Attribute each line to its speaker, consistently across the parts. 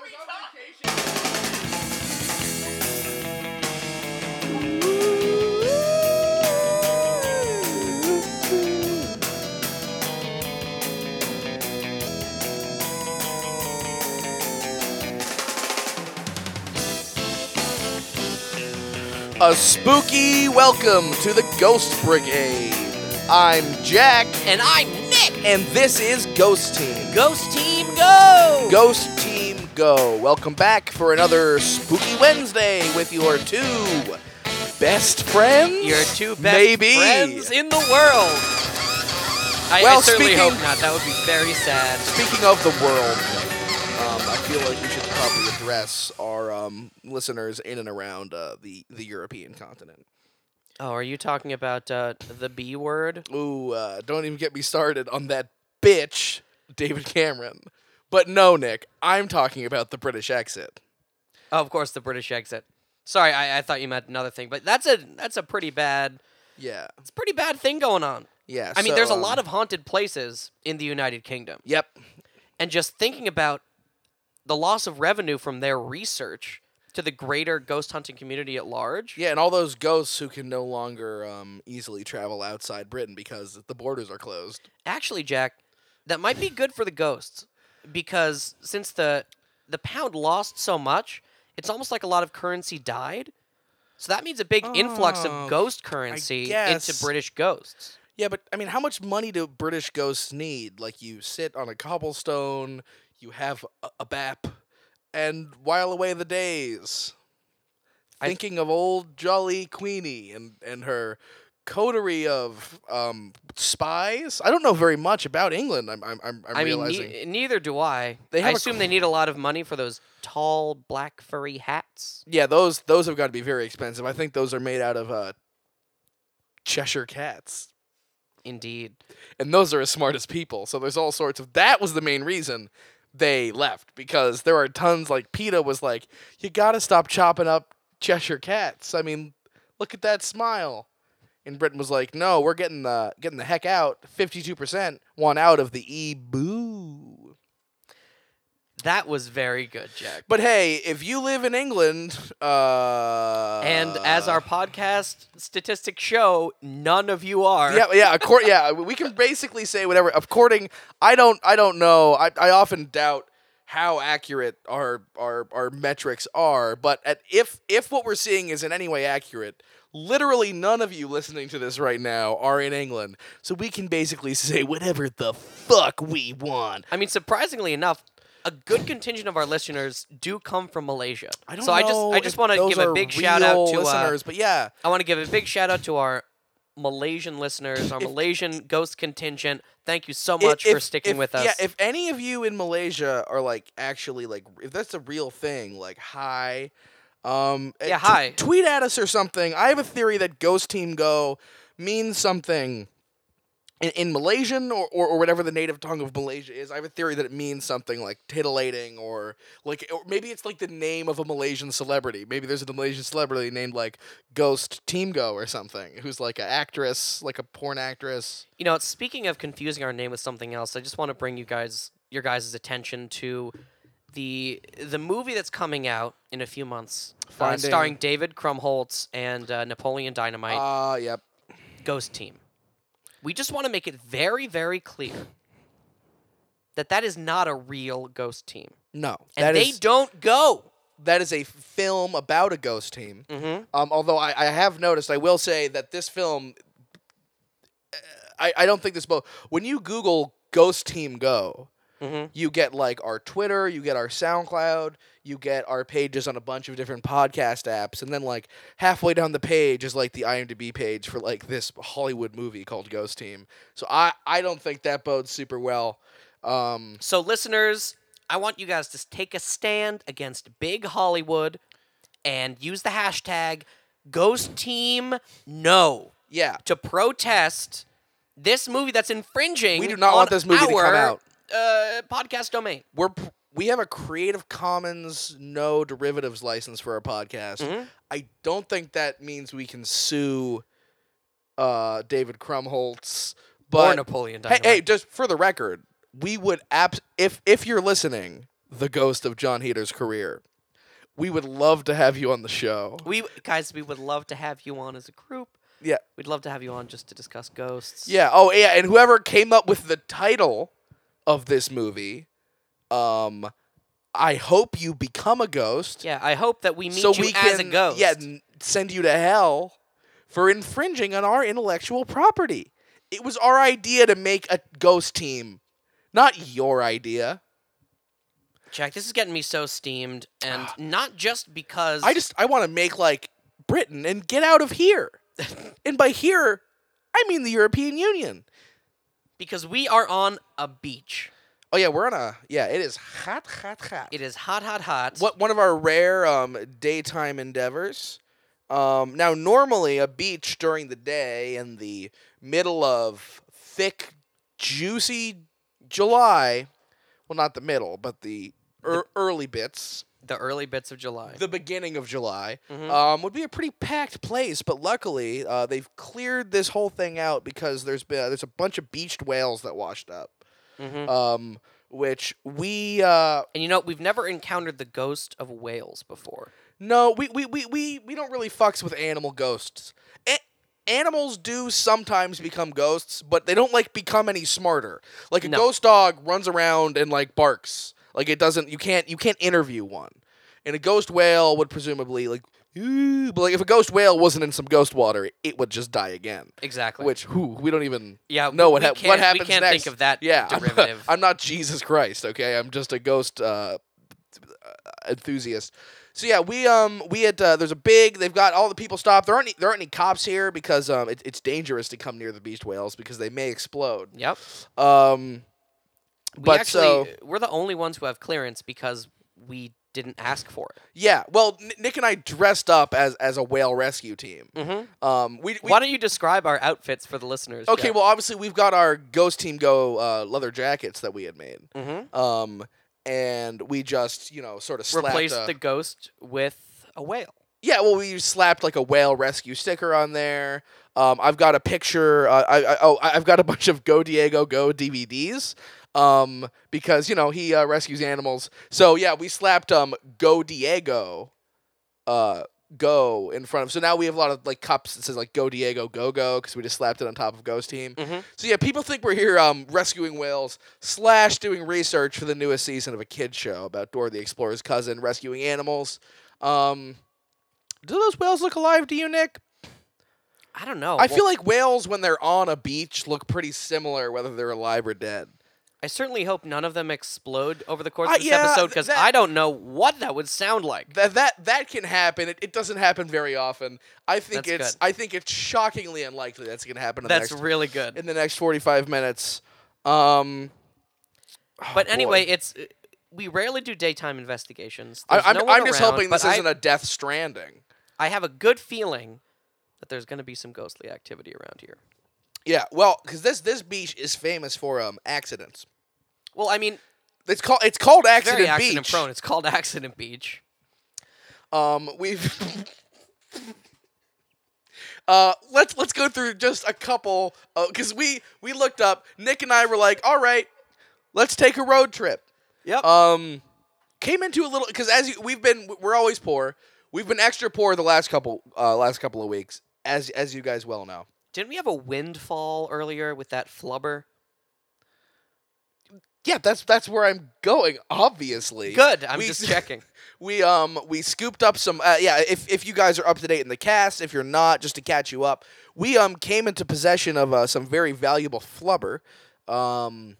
Speaker 1: I was on vacation.
Speaker 2: A spooky welcome to the Ghost Brigade. I'm Jack,
Speaker 3: And I'm Nick.
Speaker 2: and this is Ghost Team.
Speaker 3: Ghost Team Go.
Speaker 2: Ghost Team Go. Welcome back for another Spooky Wednesday with your two best friends.
Speaker 3: Your two best
Speaker 2: Maybe.
Speaker 3: friends in the world. I,
Speaker 2: Well,
Speaker 3: I certainly
Speaker 2: speaking-
Speaker 3: hope not. That would be very sad.
Speaker 2: Speaking of the world, um, I feel like we should probably address our um, listeners in and around uh, the the European continent.
Speaker 3: Oh, are you talking about uh, the B word?
Speaker 2: Ooh, uh, don't even get me started on that bitch, David Cameron. But no, Nick, I'm talking about the British exit.
Speaker 3: Oh, of course, the British exit. Sorry, I, I thought you meant another thing, but that's a that's a pretty bad
Speaker 2: Yeah,
Speaker 3: it's a pretty bad thing going on.
Speaker 2: yeah.
Speaker 3: I mean,
Speaker 2: so,
Speaker 3: there's a
Speaker 2: um,
Speaker 3: lot of haunted places in the United Kingdom,
Speaker 2: Yep.
Speaker 3: and just thinking about the loss of revenue from their research to the greater ghost hunting community at large.
Speaker 2: Yeah, and all those ghosts who can no longer um, easily travel outside Britain because the borders are closed.
Speaker 3: Actually, Jack, that might be good for the ghosts because since the the pound lost so much, it's almost like a lot of currency died. So that means a big influx
Speaker 2: Oh,
Speaker 3: of ghost currency into
Speaker 2: guess.
Speaker 3: British ghosts.
Speaker 2: Yeah, but I mean, how much money do British ghosts need? Like, you sit on a cobblestone, you have a, a bap, and while away the days.
Speaker 3: I-
Speaker 2: Thinking of old jolly Queenie and, and her coterie of um, spies. I don't know very much about England. I'm I'm I'm, I'm
Speaker 3: I mean,
Speaker 2: realizing.
Speaker 3: ne- neither do I.
Speaker 2: They
Speaker 3: I
Speaker 2: have a
Speaker 3: assume they need a lot of money for those tall black furry hats.
Speaker 2: yeah, those those have got to be very expensive. I think those are made out of uh, Cheshire cats.
Speaker 3: Indeed.
Speaker 2: and those are as smart as people. So there's all sorts of that was the main reason they left because there are tons like PETA was like, you gotta stop chopping up Cheshire cats. I mean, look at that smile. And Britain was like, no, we're getting the getting the heck out. Fifty two percent want out of the E boo.
Speaker 3: That was very good, Jack.
Speaker 2: But hey, if you live in England, uh
Speaker 3: and as our podcast statistics show, none of you are.
Speaker 2: yeah, yeah, according, yeah, we can basically say whatever. According, I don't, I don't know. I, I often doubt how accurate our, our, our metrics are. But at, if, if what we're seeing is in any way accurate, literally none of you listening to this right now are in England, so we can basically say whatever the fuck we want.
Speaker 3: I mean, surprisingly enough, a good contingent of our listeners do come from Malaysia.
Speaker 2: I don't
Speaker 3: so I just
Speaker 2: know
Speaker 3: I just
Speaker 2: if
Speaker 3: want to
Speaker 2: those
Speaker 3: give a
Speaker 2: are
Speaker 3: big shout out
Speaker 2: real
Speaker 3: to uh,
Speaker 2: listeners, but yeah,
Speaker 3: I want to give a big shout out to our Malaysian listeners, our Malaysian ghost contingent. Thank you so
Speaker 2: If-
Speaker 3: much for
Speaker 2: if-
Speaker 3: sticking
Speaker 2: if-
Speaker 3: with us.
Speaker 2: Yeah, if any of you in Malaysia are like actually like if that's a real thing, like hi. Um uh,
Speaker 3: Yeah,
Speaker 2: t-
Speaker 3: hi.
Speaker 2: tweet at us or something. I have a theory that Ghost Team Go means something in, in Malaysian or, or, or whatever the native tongue of Malaysia is. I have a theory that it means something like titillating or like or maybe it's like the name of a Malaysian celebrity. Maybe there's a Malaysian celebrity named like Ghost Team Go or something who's like an actress, like a porn actress.
Speaker 3: You know, speaking of confusing our name with something else, I just want to bring you guys your guys' attention to the the movie that's coming out in a few months, uh,
Speaker 2: Finding-
Speaker 3: starring David Krumholtz and uh, Napoleon Dynamite.
Speaker 2: Ah, yep.
Speaker 3: ghost team. We just want to make it very, very clear that that is not a real ghost team,
Speaker 2: No,
Speaker 3: and
Speaker 2: that
Speaker 3: they
Speaker 2: is-
Speaker 3: don't go.
Speaker 2: that is a film about a ghost team.
Speaker 3: Mm-hmm.
Speaker 2: Um, although I, I have noticed, I will say that this film, uh, I, I don't think this both. When you Google Ghost Team Go,
Speaker 3: Mm-hmm.
Speaker 2: you get like our Twitter, you get our SoundCloud, you get our pages on a bunch of different podcast apps, and then like halfway down the page is like the IMDb page for like this Hollywood movie called Ghost Team. So I, I don't think that bodes super well. Um,
Speaker 3: So, listeners, I want you guys to take a stand against Big Hollywood and use the hashtag Ghost Team No
Speaker 2: yeah,
Speaker 3: to protest this movie that's infringing.
Speaker 2: We do not want
Speaker 3: on
Speaker 2: this movie to come
Speaker 3: our,
Speaker 2: out.
Speaker 3: Uh, podcast domain.
Speaker 2: we're p- we have a Creative Commons no derivatives license for our podcast.
Speaker 3: Mhm.
Speaker 2: I don't think that means we can sue uh, David Krumholtz.
Speaker 3: or
Speaker 2: But
Speaker 3: Napoleon
Speaker 2: hey,
Speaker 3: Dynamite.
Speaker 2: hey, just for the record, we would abs- if if you're listening, the ghost of John Heater's career. We would love to have you on the show.
Speaker 3: We guys, we would love to have you on as a group.
Speaker 2: Yeah.
Speaker 3: We'd love to have you on just to discuss ghosts.
Speaker 2: Yeah. Oh, yeah. And whoever came up with the title of this movie, um, I hope you become a ghost.
Speaker 3: Yeah, I hope that we meet
Speaker 2: so
Speaker 3: you
Speaker 2: we
Speaker 3: as
Speaker 2: can
Speaker 3: a ghost.
Speaker 2: yeah n- send you to hell for infringing on our intellectual property. It was our idea to make a ghost team, not your idea.
Speaker 3: Jack, this is getting me so steamed, and not just because
Speaker 2: I just I want to make like Britain and get out of here. and by here, I mean the European Union.
Speaker 3: because we are on a beach.
Speaker 2: Oh yeah, we're on a yeah. It is hot, hot, hot.
Speaker 3: It is hot, hot, hot.
Speaker 2: what one of our rare um, daytime endeavors. Um, now, normally a beach during the day in the middle of thick, juicy July. Well, not the middle, but the, ear early bits,
Speaker 3: The early bits of July.
Speaker 2: the beginning of July,
Speaker 3: Mhm.
Speaker 2: um, would be a pretty packed place. But luckily, uh, they've cleared this whole thing out because there's been uh, there's a bunch of beached whales that washed up,
Speaker 3: Mhm.
Speaker 2: um, which we uh,
Speaker 3: And you know, we've never encountered the ghost of whales before.
Speaker 2: No, we we, we, we we don't really fucks with animal ghosts. A- animals do sometimes become ghosts, but they don't like become any smarter. Like a
Speaker 3: No.
Speaker 2: ghost dog runs around and like barks. Like it doesn't you can't you can't interview one. And a ghost whale would presumably like "Ooh," but like if a ghost whale wasn't in some ghost water, it, it would just die again.
Speaker 3: Exactly.
Speaker 2: Which who we don't even
Speaker 3: yeah,
Speaker 2: know what
Speaker 3: we
Speaker 2: hap-
Speaker 3: can't-
Speaker 2: what happens
Speaker 3: We can't
Speaker 2: next.
Speaker 3: think of that
Speaker 2: yeah, I'm not-
Speaker 3: derivative.
Speaker 2: I'm not Jesus Christ, okay? I'm just a ghost uh, enthusiast. So yeah, we um we had uh, there's a big they've got all the people stopped. There aren't any, there aren't any cops here because um it, it's dangerous to come near the beached whales because they may explode.
Speaker 3: yep.
Speaker 2: Um
Speaker 3: We
Speaker 2: but
Speaker 3: actually
Speaker 2: so
Speaker 3: we're the only ones who have clearance because we didn't ask for it.
Speaker 2: yeah, well N- Nick and I dressed up as as a whale rescue team.
Speaker 3: Mhm.
Speaker 2: Um we, we
Speaker 3: Why don't you describe our outfits for the listeners?
Speaker 2: Okay, well obviously we've got our Ghost Team Go uh, leather jackets that we had made.
Speaker 3: mm-hmm.
Speaker 2: Um and we just, you know, sort of slapped
Speaker 3: replace
Speaker 2: a-
Speaker 3: the ghost with a whale.
Speaker 2: Yeah, well, we slapped like a whale rescue sticker on there. Um, I've got a picture. Uh, I, I oh, I- I've got a bunch of Go Diego Go DVDs. Um, because you know he uh, rescues animals. So yeah, we slapped um Go Diego, uh, Go in front of. So now we have a lot of like cups that says like Go Diego Go Go because we just slapped it on top of Ghost Team.
Speaker 3: Mhm.
Speaker 2: So yeah, people think we're here um rescuing whales slash doing research for the newest season of a kid show about Dora the Explorer's cousin rescuing animals. Um. Do those whales look alive to you, Nick?
Speaker 3: I don't know.
Speaker 2: I feel like whales, when they're on a beach, look pretty similar whether they're alive or dead.
Speaker 3: I certainly hope none of them explode over the course
Speaker 2: Uh,
Speaker 3: of this
Speaker 2: yeah,
Speaker 3: episode
Speaker 2: th-
Speaker 3: because
Speaker 2: that-
Speaker 3: I don't know what that would sound like.
Speaker 2: That that that can happen. It, it doesn't happen very often. I think
Speaker 3: That's
Speaker 2: it's
Speaker 3: good.
Speaker 2: I think it's shockingly unlikely that's gonna happen in the
Speaker 3: That's
Speaker 2: next
Speaker 3: really good.
Speaker 2: in the next forty five minutes. Um, oh,
Speaker 3: but
Speaker 2: boy.
Speaker 3: anyway, it's we rarely do daytime investigations.
Speaker 2: I,
Speaker 3: There's
Speaker 2: I'm
Speaker 3: no one
Speaker 2: I'm just
Speaker 3: around,
Speaker 2: hoping
Speaker 3: but
Speaker 2: this
Speaker 3: I,
Speaker 2: isn't a Death Stranding.
Speaker 3: I have a good feeling that there's going to be some ghostly activity around here.
Speaker 2: Yeah, well, because this this beach is famous for um accidents.
Speaker 3: Well, I mean,
Speaker 2: It's called it's called
Speaker 3: it's
Speaker 2: Accident
Speaker 3: very
Speaker 2: Beach.
Speaker 3: accident prone. It's called Accident Beach.
Speaker 2: Um, we've. Uh, let's let's go through just a couple because we we looked up. Nick and I were like, all right, let's take a road trip.
Speaker 3: Yep.
Speaker 2: Um, came into a little because as you, we've been, we're always poor. We've been extra poor the last couple uh, last couple of weeks, as as you guys well know.
Speaker 3: Didn't we have a windfall earlier with that flubber?
Speaker 2: Yeah, that's that's where I'm going. Obviously,
Speaker 3: Good. I'm
Speaker 2: We-
Speaker 3: just checking.
Speaker 2: We um we scooped up some uh, yeah if if you guys are up to date in the cast if you're not just to catch you up we um came into possession of uh, some very valuable flubber um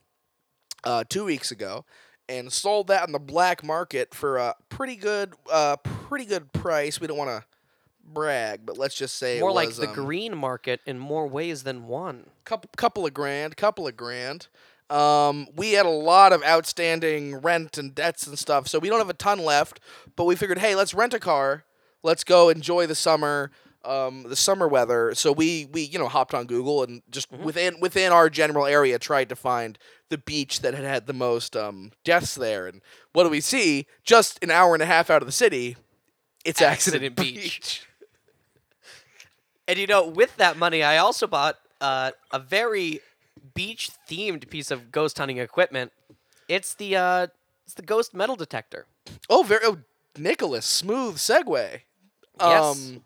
Speaker 2: uh, two weeks ago and sold that on the black market for a pretty good uh pretty good price we don't want to brag but let's just say it
Speaker 3: More like
Speaker 2: was,
Speaker 3: the
Speaker 2: um,
Speaker 3: green market in more ways than one.
Speaker 2: couple couple of grand, couple of grand. Um, we had a lot of outstanding rent and debts and stuff, so we don't have a ton left. But we figured, hey, let's rent a car. Let's go enjoy the summer, um, the summer weather. So we we you know hopped on Google and just within within our general area tried to find the beach that had had the most um, deaths there. And what do we see? Just an hour and a half out of the city, it's Accident,
Speaker 3: Accident Beach. And you know, with that money, I also bought uh, a very beach themed piece of ghost hunting equipment. It's the uh, It's the ghost metal detector.
Speaker 2: Oh, very oh, Nicholas, smooth segue.
Speaker 3: Yes.
Speaker 2: Um,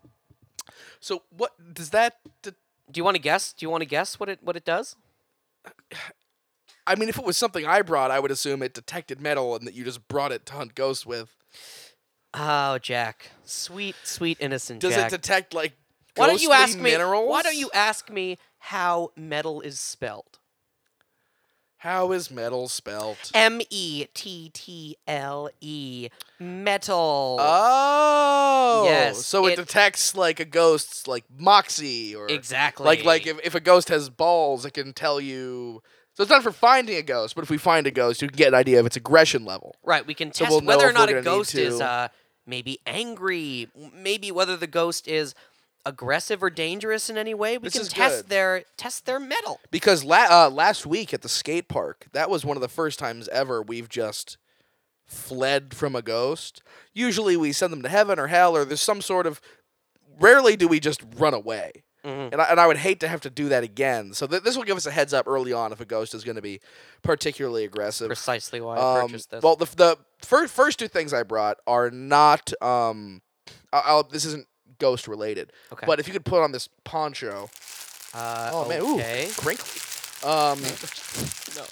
Speaker 2: so what does that? d-
Speaker 3: Do you want to guess? Do you want to guess what it what it does?
Speaker 2: I mean, if it was something I brought, I would assume it detected metal and that you just brought it to hunt ghosts with.
Speaker 3: Oh, Jack, sweet, sweet innocent
Speaker 2: Does
Speaker 3: Jack.
Speaker 2: it detect like?
Speaker 3: why don't you
Speaker 2: ghostly
Speaker 3: ask me?
Speaker 2: minerals?
Speaker 3: Why don't you ask me how metal is spelled?
Speaker 2: How is metal spelt?
Speaker 3: M e t t l e, metal.
Speaker 2: Uh, Oh,
Speaker 3: Yes,
Speaker 2: So it,
Speaker 3: it-
Speaker 2: detects like a ghost's like moxie or
Speaker 3: exactly.
Speaker 2: like like if, if a ghost has balls, it can tell you. So it's not for finding a ghost, but if we find a ghost, you can get an idea of its aggression level.
Speaker 3: Right, we can test
Speaker 2: we'll know
Speaker 3: whether or
Speaker 2: if
Speaker 3: not
Speaker 2: we're
Speaker 3: a
Speaker 2: gonna need
Speaker 3: ghost is
Speaker 2: to-
Speaker 3: uh, maybe angry, m- maybe whether the ghost is aggressive or dangerous in any way. We
Speaker 2: This
Speaker 3: can
Speaker 2: is
Speaker 3: test
Speaker 2: good.
Speaker 3: their test their metal.
Speaker 2: Because la- uh, last week at the skate park, that was one of the first times ever we've just fled from a ghost. Usually we send them to heaven or hell, or there's some sort of. Rarely do we just run away.
Speaker 3: Mm-hmm.
Speaker 2: And I, and I would hate to have to do that again. So th- this will give us a heads up early on if a ghost is going to be particularly aggressive.
Speaker 3: Precisely why I
Speaker 2: Um,
Speaker 3: purchased this.
Speaker 2: well, the, the first first two things I brought are not. Um, I- I'll, this isn't ghost related.
Speaker 3: Okay.
Speaker 2: But if you could put on this poncho.
Speaker 3: uh,
Speaker 2: Oh man, ooh,
Speaker 3: okay.
Speaker 2: crinkly. Um,
Speaker 3: No.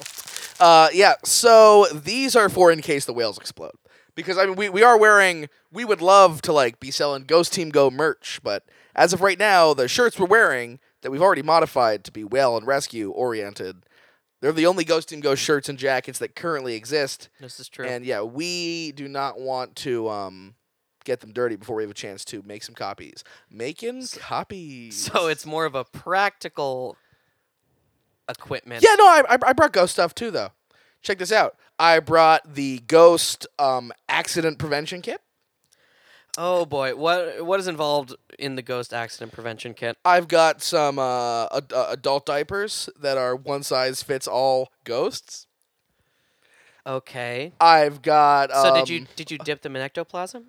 Speaker 2: uh, yeah. So these are for in case the whales explode. Because I mean, we, we are wearing. We would love to like be selling Ghost Team Go merch, but as of right now, the shirts we're wearing that we've already modified to be whale and rescue oriented. They're the only Ghost Team Go shirts and jackets that currently exist.
Speaker 3: This is true.
Speaker 2: And yeah, we do not want to um, get them dirty before we have a chance to make some copies. Making copies.
Speaker 3: so it's more of a practical equipment.
Speaker 2: Yeah, no, I, I, I brought ghost stuff too, though. Check this out. I brought the ghost um, accident prevention kit.
Speaker 3: Oh boy, what what is involved in the ghost accident prevention kit?
Speaker 2: I've got some uh, ad- uh, adult diapers that are one size fits all ghosts.
Speaker 3: Okay.
Speaker 2: I've got. Um,
Speaker 3: So did you did you dip them in ectoplasm?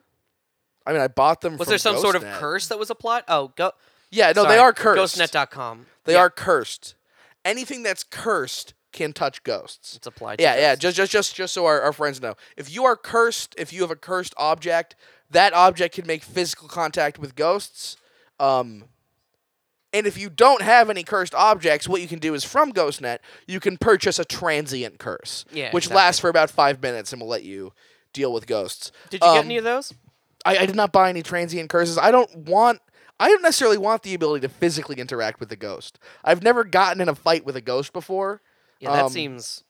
Speaker 2: I mean, I bought them.
Speaker 3: Was
Speaker 2: from
Speaker 3: there some sort of
Speaker 2: GhostNet.
Speaker 3: curse that was applied? Oh, go.
Speaker 2: Yeah, no,
Speaker 3: Sorry,
Speaker 2: they are cursed.
Speaker 3: Ghostnet.com.
Speaker 2: They
Speaker 3: Yeah,
Speaker 2: are cursed. Anything that's cursed can touch ghosts.
Speaker 3: It's applied.
Speaker 2: Yeah,
Speaker 3: to
Speaker 2: yeah.
Speaker 3: ghosts.
Speaker 2: Just, just, just, just so our, our friends know, if you are cursed, if you have a cursed object, that object can make physical contact with ghosts. Um, and if you don't have any cursed objects, what you can do is from GhostNet, you can purchase a transient curse,
Speaker 3: Yeah,
Speaker 2: which
Speaker 3: exactly.
Speaker 2: lasts for about five minutes and will let you deal with ghosts.
Speaker 3: Did you get
Speaker 2: Um,
Speaker 3: any of those?
Speaker 2: I, I did not buy any transient curses. I don't want. I don't necessarily want the ability to physically interact with the ghost. I've never gotten in a fight with a ghost before.
Speaker 3: Yeah, that
Speaker 2: um,
Speaker 3: seems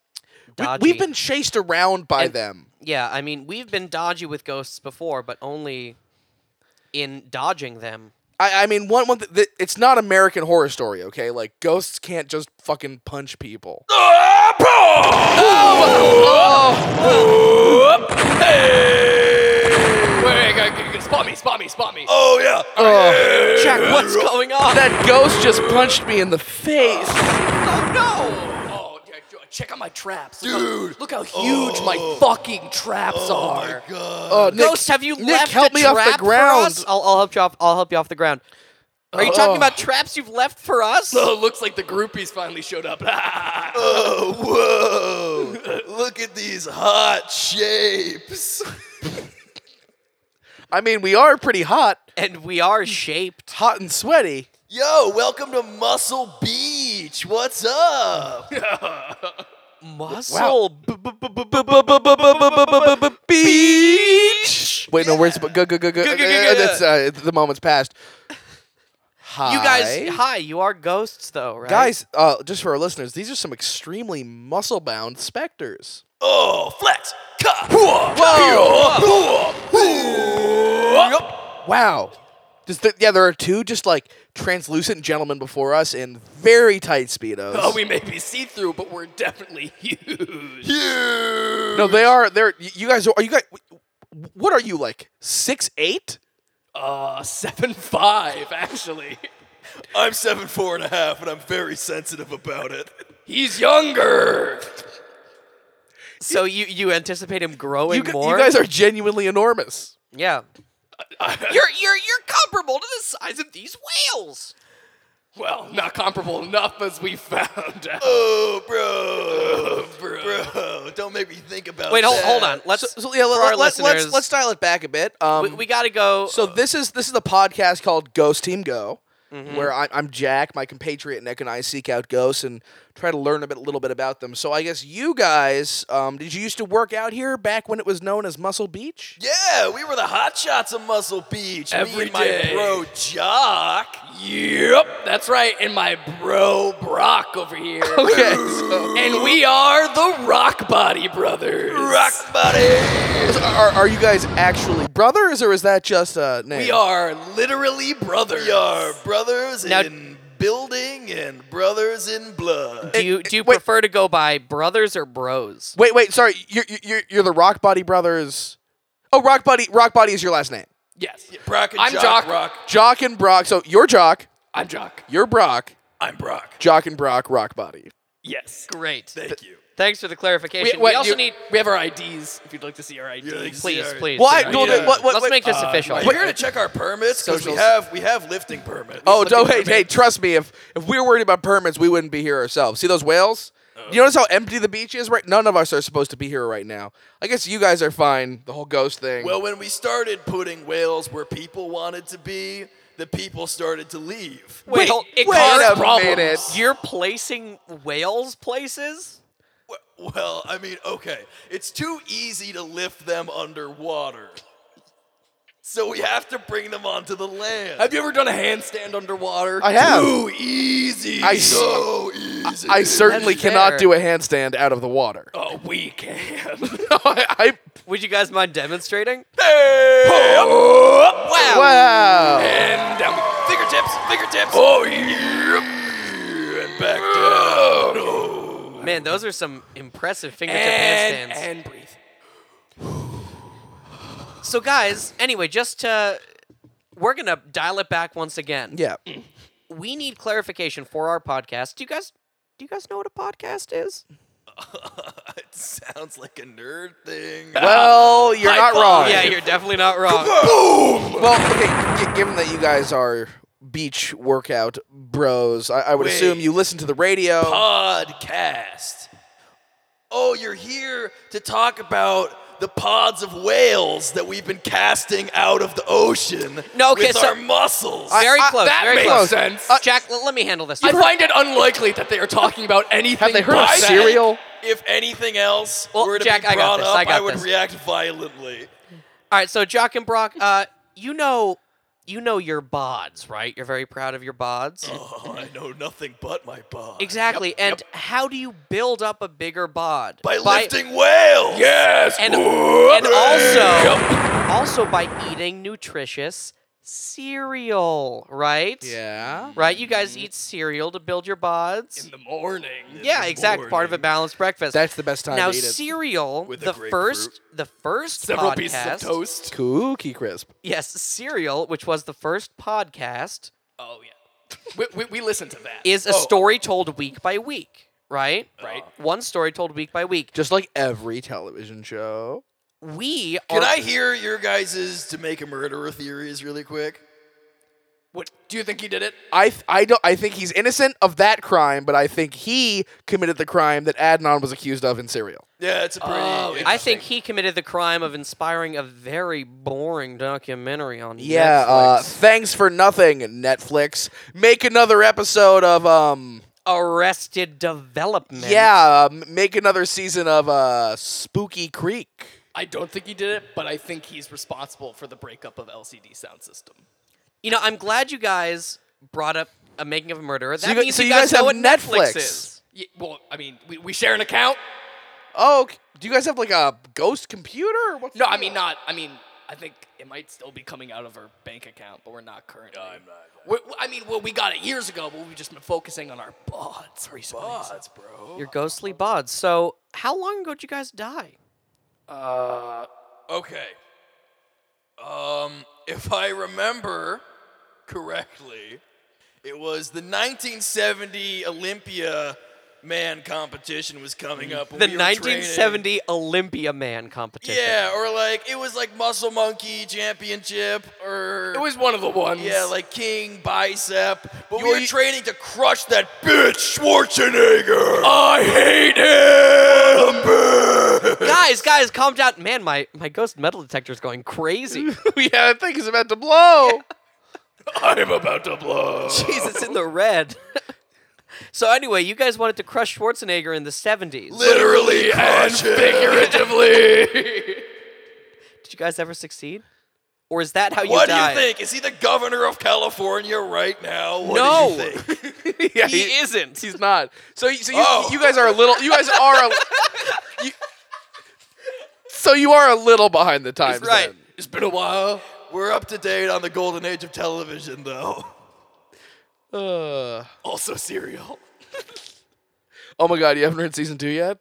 Speaker 2: We,
Speaker 3: dodgy.
Speaker 2: we've been chased around by
Speaker 3: And-
Speaker 2: them.
Speaker 3: Yeah, I mean, we've been dodgy with ghosts before, but only in dodging them.
Speaker 2: I, I mean, one one. Th- th- it's not American Horror Story, okay? Like ghosts can't just fucking punch people.
Speaker 3: Wait, wait, spot me, spot me, spot me.
Speaker 1: Oh yeah.
Speaker 2: Oh,
Speaker 3: Jack, what's going on?
Speaker 2: that ghost just punched me in the face.
Speaker 3: oh
Speaker 1: Oh, yeah, yeah, check out my traps.
Speaker 3: no! Look how huge
Speaker 4: Oh.
Speaker 3: my fucking traps are.
Speaker 2: Oh, Nick,
Speaker 3: Ghost, have you
Speaker 2: Nick,
Speaker 3: left
Speaker 2: help
Speaker 3: a
Speaker 2: me
Speaker 3: trap
Speaker 2: off the ground.
Speaker 3: for us? I'll, I'll help you off. I'll help you off the ground. Are you talking
Speaker 2: Ugh.
Speaker 3: about traps you've left for us?
Speaker 1: Oh, looks like the groupies finally showed up.
Speaker 4: Oh, whoa! Look at these hot shapes.
Speaker 2: I mean, we are pretty hot,
Speaker 3: And we are shaped.
Speaker 2: hot and sweaty.
Speaker 4: Yo, welcome to Muscle Beach. What's up?
Speaker 3: Muscle.
Speaker 2: Beach. Wait, no, where's go go go
Speaker 3: go,
Speaker 2: go?
Speaker 3: go, go.
Speaker 2: That's uh, the moment's passed. Hi.
Speaker 3: You guys, hi, you are ghosts though, right?
Speaker 2: guys, uh, just for our listeners, these are some extremely muscle-bound specters.
Speaker 1: oh, flex. Cut.
Speaker 2: Wow. Just th- yeah, there are two just like translucent gentlemen before us in very tight speedos.
Speaker 1: Oh, we may be see-through, but we're definitely huge.
Speaker 2: no, they are. They're y- you guys. Are are you guys? What are you like? Six eight?
Speaker 1: Uh, seven five actually.
Speaker 4: I'm seven four and a half, and I'm very sensitive about it.
Speaker 1: He's younger.
Speaker 3: So you you anticipate him growing
Speaker 2: You, gu-
Speaker 3: more?
Speaker 2: you guys are genuinely enormous.
Speaker 3: yeah. you're you're you're comparable to the size of these whales.
Speaker 1: Well, not comparable enough as we found out. Oh,
Speaker 4: Oh, bro, bro, don't make me think about.
Speaker 3: Wait, hold,
Speaker 4: that.
Speaker 3: hold on. Let's
Speaker 2: So, so yeah,
Speaker 3: for
Speaker 2: let,
Speaker 3: our
Speaker 2: us let's
Speaker 3: listeners,
Speaker 2: let's dial it back a bit. Um,
Speaker 3: we, we gotta go.
Speaker 1: Uh,
Speaker 2: so this is this is a podcast called Ghost Team Go,
Speaker 1: Mm-hmm.
Speaker 2: where I, I'm Jack, my compatriot Nick, and I seek out ghosts and try to learn a bit, little bit about them. So I guess you guys, um, did you used to work out here back when it was known as Muscle Beach?
Speaker 4: Yeah, we were the hot shots of Muscle Beach. me
Speaker 1: Every
Speaker 4: and my
Speaker 1: day.
Speaker 4: bro Jock.
Speaker 1: Yep, that's right. And my bro Brock over here.
Speaker 2: Okay, so
Speaker 1: And we are the Rock Body Brothers.
Speaker 4: Rock buddy.
Speaker 2: are, are you guys actually brothers, or is that just a name?
Speaker 1: We are literally brothers.
Speaker 4: We are brothers
Speaker 3: Now-
Speaker 4: in building and brothers in blood.
Speaker 3: do you do you
Speaker 2: eh, wait.
Speaker 3: prefer to go by brothers or bros?
Speaker 2: Wait, wait, sorry. You're you're, you're the Rock Body Brothers. Oh, Rock Buddy, Rock Buddy is your last name.
Speaker 1: Yes.
Speaker 4: Brock and
Speaker 1: I'm
Speaker 4: Jock,
Speaker 1: Jock.
Speaker 4: Rock.
Speaker 2: Jock and Brock. So you're Jock,
Speaker 1: I'm Jock.
Speaker 2: you're Brock,
Speaker 4: I'm Brock.
Speaker 2: Jock and Brock, Rock Body.
Speaker 1: Yes.
Speaker 3: Great.
Speaker 4: Thank you.
Speaker 3: Thanks for the clarification. We,
Speaker 1: wait, do
Speaker 3: also
Speaker 1: you-
Speaker 3: need
Speaker 1: we have our IDs if you'd like to see our IDs.
Speaker 4: like, see
Speaker 3: please,
Speaker 4: our-
Speaker 3: please. Uh,
Speaker 2: Why-
Speaker 3: Sarah,
Speaker 2: well,
Speaker 3: yeah.
Speaker 2: then, what- what-
Speaker 3: Let's
Speaker 2: what-
Speaker 3: make this official.
Speaker 4: You're gonna check our permits because we have we have lifting permits.
Speaker 2: Oh, don't, hey,
Speaker 1: looking for
Speaker 2: hey,
Speaker 1: me.
Speaker 2: trust me. If if we were worried about permits, we wouldn't be here ourselves. See those whales? You notice how empty the beach is? Right, none of us are supposed to be here right now. I guess you guys are fine. The whole ghost thing.
Speaker 4: Well, when we started putting whales where people wanted to be, the people started to leave.
Speaker 3: wait, hold- it
Speaker 2: wait
Speaker 3: caused
Speaker 2: a
Speaker 1: problems.
Speaker 2: minute.
Speaker 3: You're placing whales places?
Speaker 4: Wh- Well, I mean, okay, it's too easy to lift them underwater, so we have to bring them onto the land.
Speaker 1: Have you ever done a handstand underwater?
Speaker 2: I have.
Speaker 4: Too easy.
Speaker 2: I s-
Speaker 4: so easy.
Speaker 2: I certainly
Speaker 3: That's
Speaker 2: cannot
Speaker 3: fair.
Speaker 2: do a handstand out of the water.
Speaker 1: Oh, we can.
Speaker 2: I,
Speaker 3: Would you guys mind demonstrating?
Speaker 1: Up,
Speaker 2: I
Speaker 3: Wow.
Speaker 2: wow.
Speaker 1: and down.
Speaker 4: fingertips, fingertips. Oh, yep. And back down. Oh.
Speaker 3: Man, those are some impressive fingertip
Speaker 1: And,
Speaker 3: handstands.
Speaker 1: and breathe.
Speaker 3: so, guys, anyway, just to. We're going to dial it back once again.
Speaker 2: Yeah.
Speaker 3: We need clarification for our podcast. Do you guys. Do you guys know what a podcast is?
Speaker 4: It sounds like a nerd thing.
Speaker 2: Well, you're
Speaker 4: High
Speaker 2: not
Speaker 4: five.
Speaker 2: wrong.
Speaker 3: Yeah, you're definitely not wrong.
Speaker 2: Well, okay, g- given that you guys are beach workout bros, I, I would assume
Speaker 4: Wait.
Speaker 2: you listen to the radio.
Speaker 4: Podcast. Oh, you're here to talk about the pods of whales that we've been casting out of the ocean
Speaker 3: No, okay,
Speaker 4: with
Speaker 3: so-
Speaker 4: our muscles.
Speaker 3: Very
Speaker 2: I-
Speaker 3: close.
Speaker 1: that
Speaker 3: very
Speaker 1: makes
Speaker 3: close.
Speaker 1: sense.
Speaker 3: Jack, l- let me handle this.
Speaker 1: Uh, I find it unlikely that they are talking about anything.
Speaker 2: Have they heard of
Speaker 1: but
Speaker 4: think
Speaker 1: that.
Speaker 2: cereal?
Speaker 4: If anything else
Speaker 3: Well,
Speaker 4: were to
Speaker 3: Jack,
Speaker 4: be
Speaker 3: I
Speaker 4: brought
Speaker 3: got this,
Speaker 4: up,
Speaker 3: I got
Speaker 4: would
Speaker 3: this.
Speaker 4: react violently.
Speaker 3: All right, so Jock and Brock, uh, you know, you know your bods, right? You're very proud of your bods.
Speaker 4: Oh, I know nothing but my bod.
Speaker 3: Exactly. and how do you build up a bigger bod?
Speaker 4: By, lifting whales.
Speaker 1: Yes.
Speaker 3: and,
Speaker 1: Whoop.
Speaker 3: and also
Speaker 1: Yep.
Speaker 3: also by eating nutritious cereal, right?
Speaker 2: Yeah.
Speaker 3: Right? You guys eat cereal to build your bods.
Speaker 1: in the morning.
Speaker 3: yeah, exactly. Part of a balanced breakfast.
Speaker 2: That's the best time
Speaker 3: now
Speaker 2: to eat it.
Speaker 3: cereal,
Speaker 4: With a
Speaker 3: the
Speaker 4: grapefruit.
Speaker 3: first the first
Speaker 1: Several
Speaker 3: podcast,
Speaker 1: pieces of toast.
Speaker 2: Cookie crisp.
Speaker 3: Yes, cereal, which was the first podcast,
Speaker 1: Oh yeah. we, we, we listen to that.
Speaker 3: is a
Speaker 1: Oh,
Speaker 3: story told week by week, right?
Speaker 1: Right.
Speaker 3: One story told week by week.
Speaker 2: Just like every television show.
Speaker 3: We
Speaker 4: Can
Speaker 3: are
Speaker 4: I hear your guys' to make a murderer theories really quick?
Speaker 1: What do you think he did it?
Speaker 2: I th- I don't I think he's innocent of that crime, but I think he committed the crime that Adnan was accused of in Serial.
Speaker 4: Yeah, it's a pretty.
Speaker 1: Oh,
Speaker 3: I think he committed the crime of inspiring a very boring documentary on
Speaker 2: Yeah, uh,
Speaker 3: Netflix.
Speaker 2: thanks for nothing, Netflix. Make another episode of um
Speaker 3: Arrested Development.
Speaker 2: yeah, m- make another season of uh Spooky Creek.
Speaker 1: I don't think he did it, but I think he's responsible for the breakup of LCD sound system.
Speaker 3: You know, I'm glad you guys brought up a making of a murderer. That
Speaker 2: you gu-
Speaker 3: means
Speaker 2: so
Speaker 3: you
Speaker 2: you
Speaker 3: guys,
Speaker 2: guys
Speaker 3: know what
Speaker 2: have
Speaker 3: Netflix,
Speaker 2: Netflix.
Speaker 3: is.
Speaker 1: Ye- well, I mean, we, we share an account.
Speaker 2: Oh, okay. do you guys have like a ghost computer? Or what's
Speaker 1: No,
Speaker 2: the
Speaker 1: I
Speaker 2: deal?
Speaker 1: mean not. I mean, I think it might still be coming out of our bank account, but we're not currently. No, I'm not. We're, I mean, well, we got it years ago, but we've just been focusing on our bots recently.
Speaker 4: Bods, bro.
Speaker 3: Your ghostly bod. So, how long ago did you guys die?
Speaker 4: Okay. Um, if I remember correctly, it was the 1970 Olympia man competition was coming up. when
Speaker 3: The
Speaker 4: we were training.
Speaker 3: 1970 Olympia Man competition.
Speaker 4: Yeah, or like it was like Muscle Monkey Championship, or
Speaker 1: It was one of the ones.
Speaker 4: yeah, like King Bicep. But you
Speaker 1: we-
Speaker 4: were training to crush that bitch Schwarzenegger. I hate him.
Speaker 3: Guys, guys, calm down. Man, my, my ghost metal detector's going crazy.
Speaker 2: yeah, that thing is about to blow.
Speaker 4: I'm about to blow.
Speaker 3: Jeez, it's in the red. so anyway, you guys wanted to crush Schwarzenegger in the 70s.
Speaker 4: Literally and figuratively.
Speaker 3: Did you guys ever succeed? Or is that how you
Speaker 4: what do you
Speaker 3: died?
Speaker 4: think? Is he the governor of California right now? What
Speaker 3: No.
Speaker 4: do you think?
Speaker 2: yeah,
Speaker 3: He
Speaker 2: he-
Speaker 3: isn't.
Speaker 2: he's not. So, you- so you,
Speaker 4: Oh.
Speaker 2: you guys are a little. You guys are. A, you, so you are a little behind the times.
Speaker 3: right.
Speaker 2: then.
Speaker 4: It's been a while. We're up to date on the golden age of television, though.
Speaker 2: Uh,
Speaker 4: Also cereal.
Speaker 2: oh my god, you haven't heard season two yet.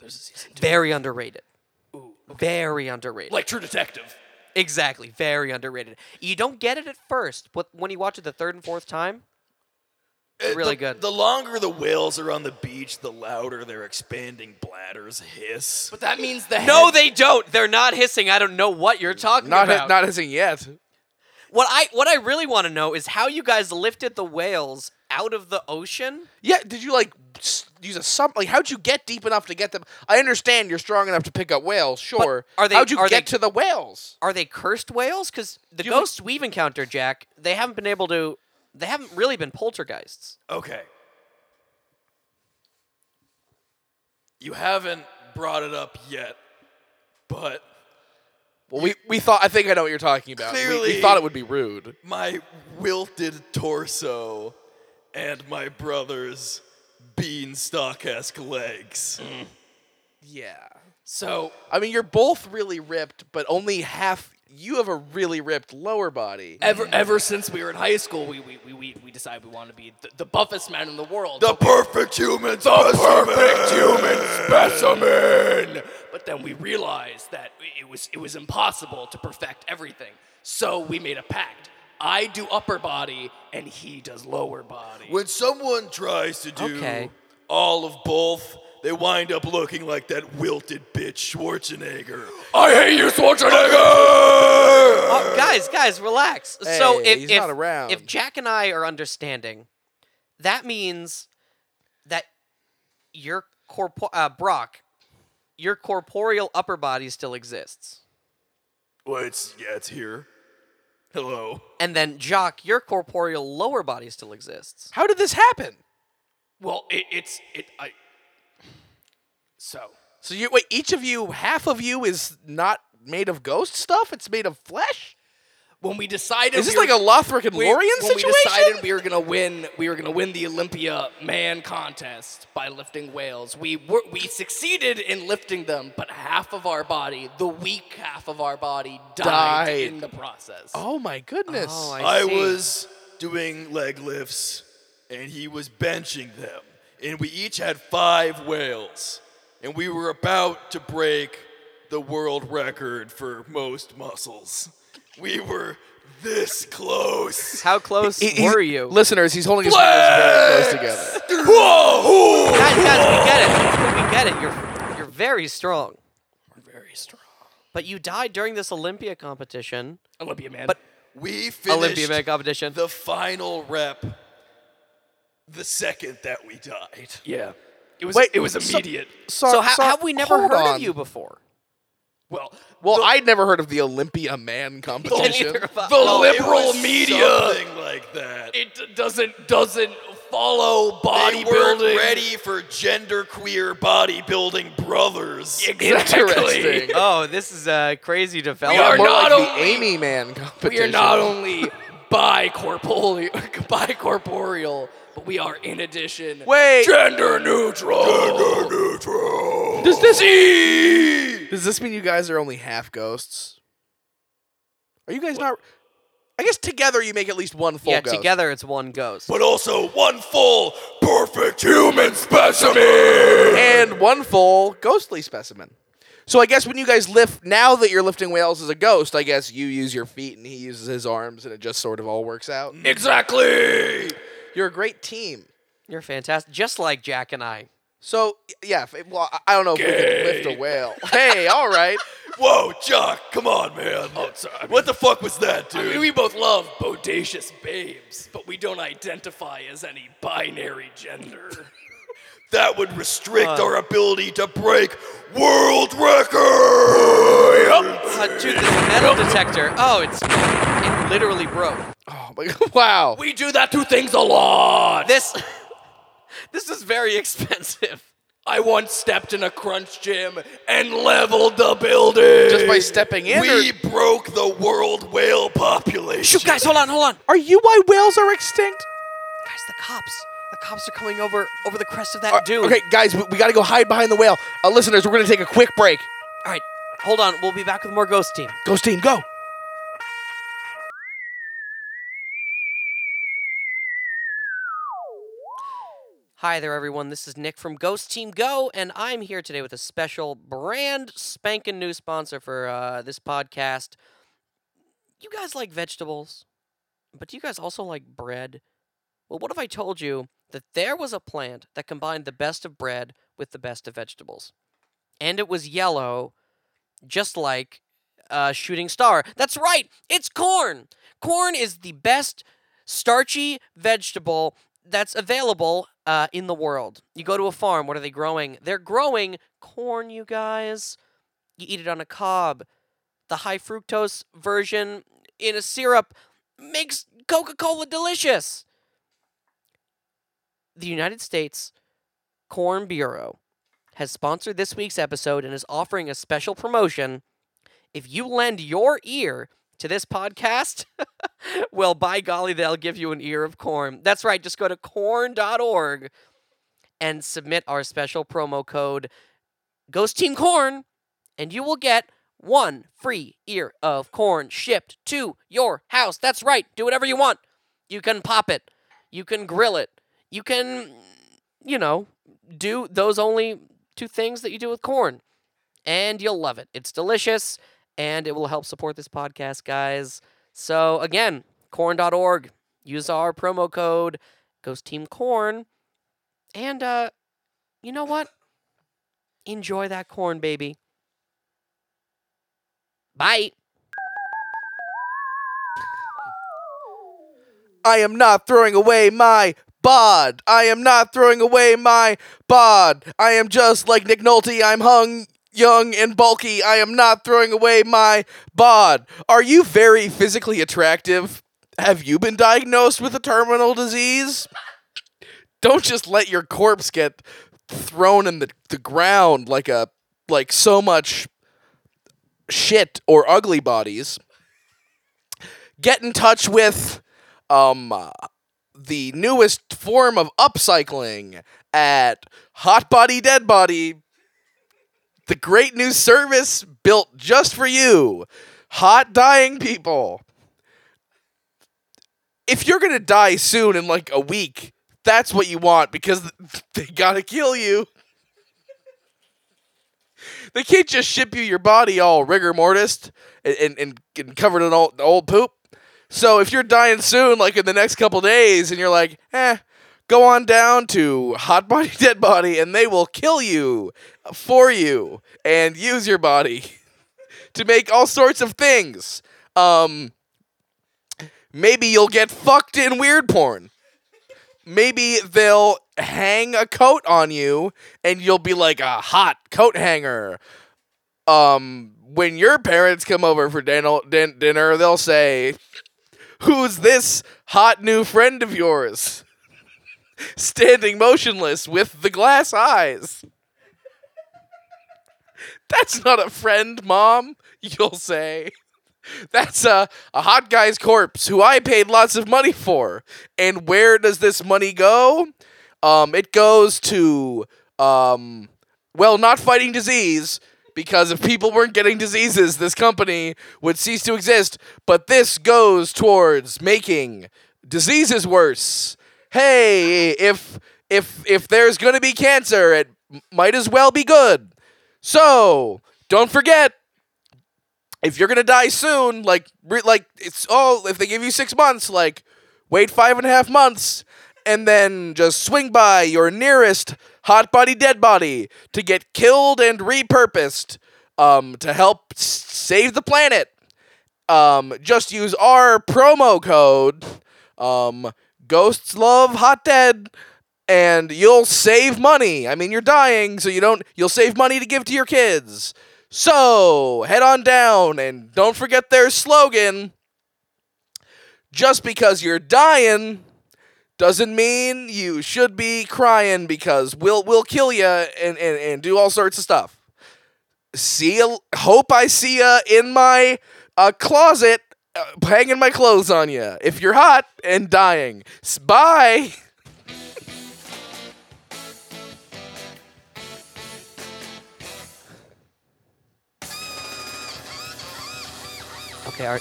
Speaker 1: There's a season two.
Speaker 3: Very underrated. Very underrated.
Speaker 1: Like True Detective.
Speaker 3: exactly. Very underrated. You don't get it at first, but when you watch it the third and fourth time,
Speaker 4: Uh,
Speaker 3: Really
Speaker 4: the-
Speaker 3: good.
Speaker 4: The longer the whales are on the beach, the louder their expanding bladders hiss.
Speaker 1: But that means the
Speaker 3: no,
Speaker 1: head-
Speaker 3: they don't. They're not hissing. I don't know what you're talking
Speaker 2: Not
Speaker 3: about.
Speaker 2: hit, not hissing yet.
Speaker 3: what I what I really want to know is how you guys lifted the whales out of the ocean.
Speaker 2: Yeah, did you like s- use a sub? Like, how'd you get deep enough to get them? I understand you're strong enough to pick up whales, sure.
Speaker 3: are they-
Speaker 2: How'd you
Speaker 3: are
Speaker 2: get
Speaker 3: they-
Speaker 2: to the whales?
Speaker 3: Are they cursed whales? Because the ghosts we've encountered, Jack, they haven't been able to. They haven't really been poltergeists.
Speaker 4: Okay. You haven't brought it up yet, but
Speaker 2: Well, we, we thought. I think I know what you're talking about. We- we,
Speaker 4: Clearly-
Speaker 2: thought it would be rude.
Speaker 4: my wilted torso and my brother's beanstalk esque legs.
Speaker 2: Yeah.
Speaker 1: So
Speaker 2: I mean, you're both really ripped, but only half. You have a really ripped lower body.
Speaker 1: ever ever since we were in high school, we we we, we, we decided we wanted to be the, the buffest man in the world.
Speaker 4: The perfect human The perfect human specimen!
Speaker 1: But then we realized that it was it was impossible to perfect everything. So we made a pact. I do upper body and he does lower body.
Speaker 4: When someone tries to do
Speaker 3: Okay.
Speaker 4: all of both, they wind up looking like that wilted bitch Schwarzenegger. I hate you, Schwarzenegger!
Speaker 3: Oh, guys, guys, relax. so
Speaker 2: Hey,
Speaker 3: if
Speaker 2: he's
Speaker 3: if,
Speaker 2: not around.
Speaker 3: if Jack and I are understanding, that means that your corpo- uh, Brock, your corporeal upper body still exists,
Speaker 4: Well, Oh, it's yeah, it's here. Hello.
Speaker 3: and then Jock, your corporeal lower body still exists.
Speaker 2: How did this happen?
Speaker 1: well, it, it's it I. So
Speaker 2: So you wait. Each of you, half of you is not made of ghost stuff. It's made of flesh.
Speaker 1: when we decided
Speaker 2: Is this
Speaker 1: we
Speaker 2: like
Speaker 1: were-
Speaker 2: a Lothric and
Speaker 1: we-
Speaker 2: Lorien
Speaker 1: when
Speaker 2: situation?
Speaker 1: we decided we were gonna win, we were gonna win the Olympia man contest by lifting whales. We were, we succeeded in lifting them, but half of our body, the weak half of our body, died,
Speaker 2: Died.
Speaker 1: in the process.
Speaker 2: oh my goodness!
Speaker 3: Oh, I-
Speaker 4: I
Speaker 3: see.
Speaker 4: was doing leg lifts, and he was benching them, and we each had five whales, and we were about to break the world record for most muscles. We were this close.
Speaker 3: How close
Speaker 2: He- he's-
Speaker 3: were you?
Speaker 2: Listeners, he's holding his fingers very close together.
Speaker 4: Whoa!
Speaker 3: guys, guys, we get it. We get it. You're you're very strong.
Speaker 1: We're very strong.
Speaker 3: But you died during this Olympia competition.
Speaker 1: Olympia man.
Speaker 3: But-
Speaker 4: We
Speaker 3: Olympia
Speaker 4: finished
Speaker 3: man competition.
Speaker 4: the final rep the second that we died.
Speaker 1: yeah, it was
Speaker 2: Wait,
Speaker 1: it was
Speaker 2: so-
Speaker 1: immediate.
Speaker 3: so how, have we never
Speaker 2: hold
Speaker 3: heard
Speaker 2: on.
Speaker 3: of you before?
Speaker 1: well,
Speaker 2: Well, I'd never heard of the Olympia Man competition.
Speaker 3: Neither of us.
Speaker 1: the
Speaker 4: Oh, It
Speaker 1: liberal
Speaker 4: was
Speaker 1: media
Speaker 4: something like that.
Speaker 1: it d- doesn't doesn't follow
Speaker 4: They weren't
Speaker 1: bodybuilding.
Speaker 4: ready for genderqueer bodybuilding brothers.
Speaker 1: Exactly.
Speaker 2: Interesting.
Speaker 3: Oh, this is a crazy
Speaker 1: We
Speaker 2: More
Speaker 1: are
Speaker 3: development.
Speaker 1: not
Speaker 2: like the
Speaker 1: only-
Speaker 2: Amy Man
Speaker 1: We
Speaker 2: competition.
Speaker 1: are not only bicorporeal, bicorporeal, but we are in addition.
Speaker 2: Wait,
Speaker 4: Gender neutral. Gender neutral.
Speaker 2: does this
Speaker 1: E!
Speaker 2: does this mean you guys are only half ghosts? Are you guys not? I guess together you make at least one full
Speaker 3: yeah,
Speaker 2: ghost.
Speaker 3: together it's one ghost.
Speaker 4: But also one full perfect human specimen.
Speaker 2: and one full ghostly specimen. So I guess when you guys lift, now that you're lifting whales as a ghost, I guess you use your feet and he uses his arms, and it just sort of all works out.
Speaker 4: Exactly.
Speaker 2: You're a great team.
Speaker 3: You're fantastic. Just like Jack and I.
Speaker 2: So yeah, if, well, I- I don't know if we could lift a whale. hey, all right.
Speaker 4: Whoa, Jock, come on, man. what the fuck was that, dude?
Speaker 1: Oh, I mean, we both love bodacious babes, but we don't identify as any binary gender.
Speaker 4: that would restrict our ability to break world records.
Speaker 3: Uh, dude, this metal detector. Oh, it's it literally broke.
Speaker 2: Oh my god! Wow.
Speaker 1: we do that to things a lot.
Speaker 3: This this is very expensive.
Speaker 1: I once stepped in a crunch gym and leveled the building.
Speaker 2: Just by stepping in. or-
Speaker 4: We broke the world whale population.
Speaker 3: Shoot, guys, hold on, hold on.
Speaker 2: are you why whales are extinct?
Speaker 3: Guys, the cops. The cops are coming over over the crest of that
Speaker 2: Uh,
Speaker 3: dune.
Speaker 2: Okay, guys, we, we got to go hide behind the whale. Uh, listeners, we're gonna take a quick break.
Speaker 3: All right, hold on. We'll be back with more Ghost Team.
Speaker 2: Ghost team, go.
Speaker 3: Hi there, everyone. This is Nick from Ghost Team Go, and I'm here today with a special brand spanking new sponsor for uh, this podcast. You guys like vegetables, but do you guys also like bread? Well, what if I told you that there was a plant that combined the best of bread with the best of vegetables? And it was yellow, just like a shooting star. That's right, it's corn. Corn is the best starchy vegetable that's available uh, in the world. You go to a farm, what are they growing? They're growing corn, you guys. You eat it on a cob. The high fructose version in a syrup makes Coca Cola delicious. The United States Corn Bureau has sponsored this week's episode and is offering a special promotion. If you lend your ear to this podcast, well, by golly, they'll give you an ear of corn. That's right. Just go to corn.org and submit our special promo code Ghost Team Corn, and you will get one free ear of corn shipped to your house. That's right. Do whatever you want. You can pop it. You can grill it. You can, you know, do those only two things that you do with corn, and you'll love it. It's delicious, and it will help support this podcast, guys. So again, corn.org. Use our promo code Ghost Team Corn, and uh, you know what? Enjoy that corn, baby. Bye.
Speaker 2: I am not throwing away my bod. I am not throwing away my bod. I am just like Nick Nolte. I'm hung, young, and bulky. I am not throwing away my bod. Are you very physically attractive? Have you been diagnosed with a terminal disease? Don't just let your corpse get thrown in the, the ground like a like so much shit or ugly bodies. Get in touch with um uh, the newest form of upcycling at Hot Body Dead Body, the great new service built just for you, hot dying people. If you're gonna die soon in like a week, that's what you want because they gotta kill you. They can't just ship you your body all rigor mortis and, and, and- and covered in old, old poop. So if you're dying soon, like in the next couple days, and you're like, eh, go on down to Hot Body Dead Body, and they will kill you for you and use your body to make all sorts of things. Um, maybe you'll get fucked in weird porn. Maybe they'll hang a coat on you, and you'll be like a hot coat hanger um when your parents come over for din- din- dinner they'll say who's this hot new friend of yours standing motionless with the glass eyes that's not a friend mom you'll say that's a, a hot guy's corpse who i paid lots of money for and where does this money go um it goes to um well, not fighting disease because if people weren't getting diseases, this company would cease to exist. But this goes towards making diseases worse. Hey, if if if there's going to be cancer, it m- might as well be good. So, don't forget if you're going to die soon, like re- like it's all if they give you 6 months, like wait five and a half months and then just swing by your nearest hot body dead body to get killed and repurposed um, to help s- save the planet. Um, just use our promo code um, ghosts love hot dead and you'll save money. I mean, you're dying, so you don't you'll save money to give to your kids. So, head on down and don't forget their slogan. Just because you're dying doesn't mean you should be crying because we'll we'll kill you and, and, and do all sorts of stuff. See ya, hope I see ya in my uh, closet uh, hanging my clothes on you if you're hot and dying. S- Bye.
Speaker 3: Okay, are,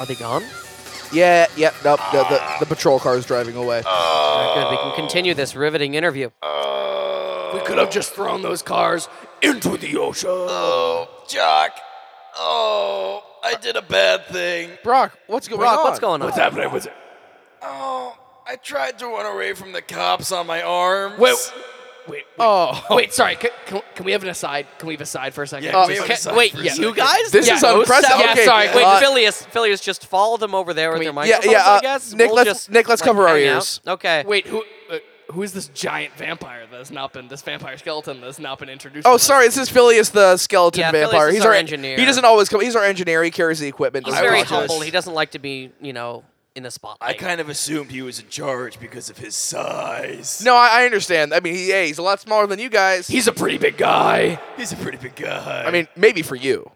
Speaker 3: are they gone?
Speaker 2: Yeah, yeah, nope. no, the, the patrol car is driving away.
Speaker 3: All right, good. We can continue this riveting interview.
Speaker 2: Uh,
Speaker 1: We could have just thrown those cars into the ocean.
Speaker 4: Oh, Jock. Oh, I did a bad thing.
Speaker 2: Brock, what's going
Speaker 3: Brock,
Speaker 2: on?
Speaker 3: what's going on?
Speaker 1: What's happening with it?
Speaker 4: Oh, I tried to run away from the cops on my arms.
Speaker 1: Wait, wait, wait,
Speaker 2: Oh,
Speaker 1: wait sorry. Can, can, can we have an aside? Can we have an aside for a second?
Speaker 4: Yeah, can we have an
Speaker 1: Can-
Speaker 4: aside
Speaker 1: wait,
Speaker 4: for a
Speaker 1: yeah,
Speaker 4: second?
Speaker 1: you guys.
Speaker 3: guys?
Speaker 2: This
Speaker 1: Yeah,
Speaker 2: is
Speaker 1: those
Speaker 2: unprecedented.
Speaker 1: sound- yeah, sorry,
Speaker 3: Wait,
Speaker 2: uh,
Speaker 3: Phileas, Phileas, just follow them over there with
Speaker 1: we-
Speaker 3: their
Speaker 1: yeah,
Speaker 3: microphones,
Speaker 2: yeah,
Speaker 3: I
Speaker 2: uh,
Speaker 3: guess.
Speaker 2: Nick,
Speaker 3: We'll
Speaker 2: let's-
Speaker 3: just,
Speaker 2: Nick, let's
Speaker 3: like,
Speaker 2: cover our
Speaker 3: hang out.
Speaker 2: ears.
Speaker 3: Okay.
Speaker 1: Wait, who? Uh, who is this giant vampire that has not been this vampire skeleton that has not been introduced?
Speaker 2: Oh,
Speaker 1: to us?
Speaker 2: sorry. This is Phileas the skeleton
Speaker 3: Yeah, Phileas
Speaker 2: vampire.
Speaker 3: is
Speaker 2: he's
Speaker 3: our engineer.
Speaker 2: He doesn't always come. He's our engineer. He carries the equipment.
Speaker 3: He's
Speaker 2: I
Speaker 3: very
Speaker 2: apologize.
Speaker 3: humble. He doesn't like to be, you know, in the spotlight.
Speaker 4: I kind of assumed he was in charge because of his size.
Speaker 2: No, I, I understand. I mean, he, yeah, he's a lot smaller than you guys.
Speaker 1: He's a pretty big guy.
Speaker 4: He's a pretty big guy.
Speaker 2: I mean, maybe for you.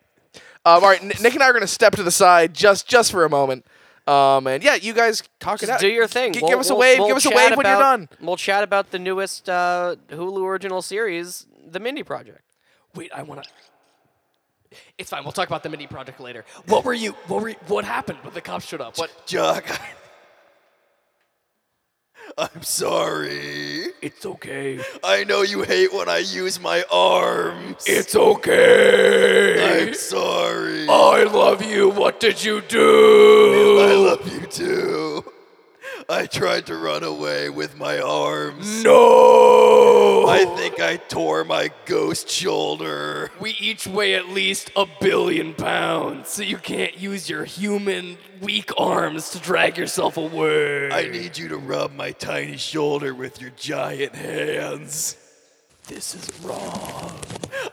Speaker 2: Um, all right, N- Nick and I are going to step to the side just just for a moment. Um, and yeah, you guys talk it
Speaker 3: Just
Speaker 2: out.
Speaker 3: do your thing.
Speaker 2: G-
Speaker 3: We'll-
Speaker 2: give us a
Speaker 3: we'll-
Speaker 2: wave.
Speaker 3: we'll
Speaker 2: give us a
Speaker 3: chat
Speaker 2: wave when you're
Speaker 3: about-
Speaker 2: done.
Speaker 3: We'll chat about the newest uh, Hulu original series, The Mindy Project.
Speaker 1: Wait, I want to. It's fine. We'll talk about the mini project later. What were you? What were? You, what happened when the cops showed up? What?
Speaker 4: Jock, I- I'm sorry.
Speaker 1: It's okay.
Speaker 4: I know you hate when I use my arms.
Speaker 1: It's okay.
Speaker 4: I'm sorry.
Speaker 1: I love you. What did you do?
Speaker 4: I love you too. I tried to run away with my arms.
Speaker 1: No.
Speaker 4: I think I tore my ghost shoulder.
Speaker 1: we each weigh at least a billion pounds, so you can't use your human weak arms to drag yourself away.
Speaker 4: I need you to rub my tiny shoulder with your giant hands.
Speaker 1: this is wrong.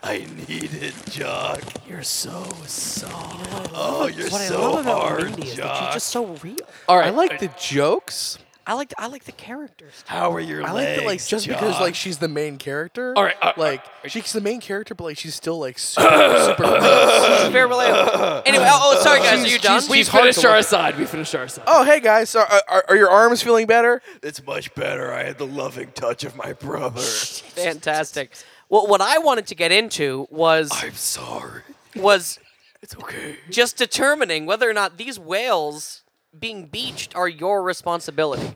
Speaker 4: I need it, Jock.
Speaker 1: You're so soft.
Speaker 4: Oh, you're so hard, Jock.
Speaker 3: so real.
Speaker 1: All right.
Speaker 2: the jokes.
Speaker 3: I like I like the characters.
Speaker 4: How are your
Speaker 2: I like
Speaker 4: legs?
Speaker 2: that, like, just because,
Speaker 4: Jock?
Speaker 2: like, she's the main character.
Speaker 1: All right, uh,
Speaker 2: like, she's the main character, but, like, she's still, like, super, super gross.
Speaker 3: Very relatable. Anyway, oh, oh, sorry guys, are you done?
Speaker 1: we
Speaker 2: she's hard
Speaker 1: finished
Speaker 2: to
Speaker 1: our
Speaker 2: look-
Speaker 1: aside. We finished our aside.
Speaker 2: Oh, hey, guys. Are, are, are your arms feeling better?
Speaker 4: It's much better. I had the loving touch of my brother.
Speaker 3: Fantastic. Well, what I wanted to get into was
Speaker 4: I'm sorry.
Speaker 3: was
Speaker 1: It's okay.
Speaker 3: just determining whether or not these whales being beached are your responsibility.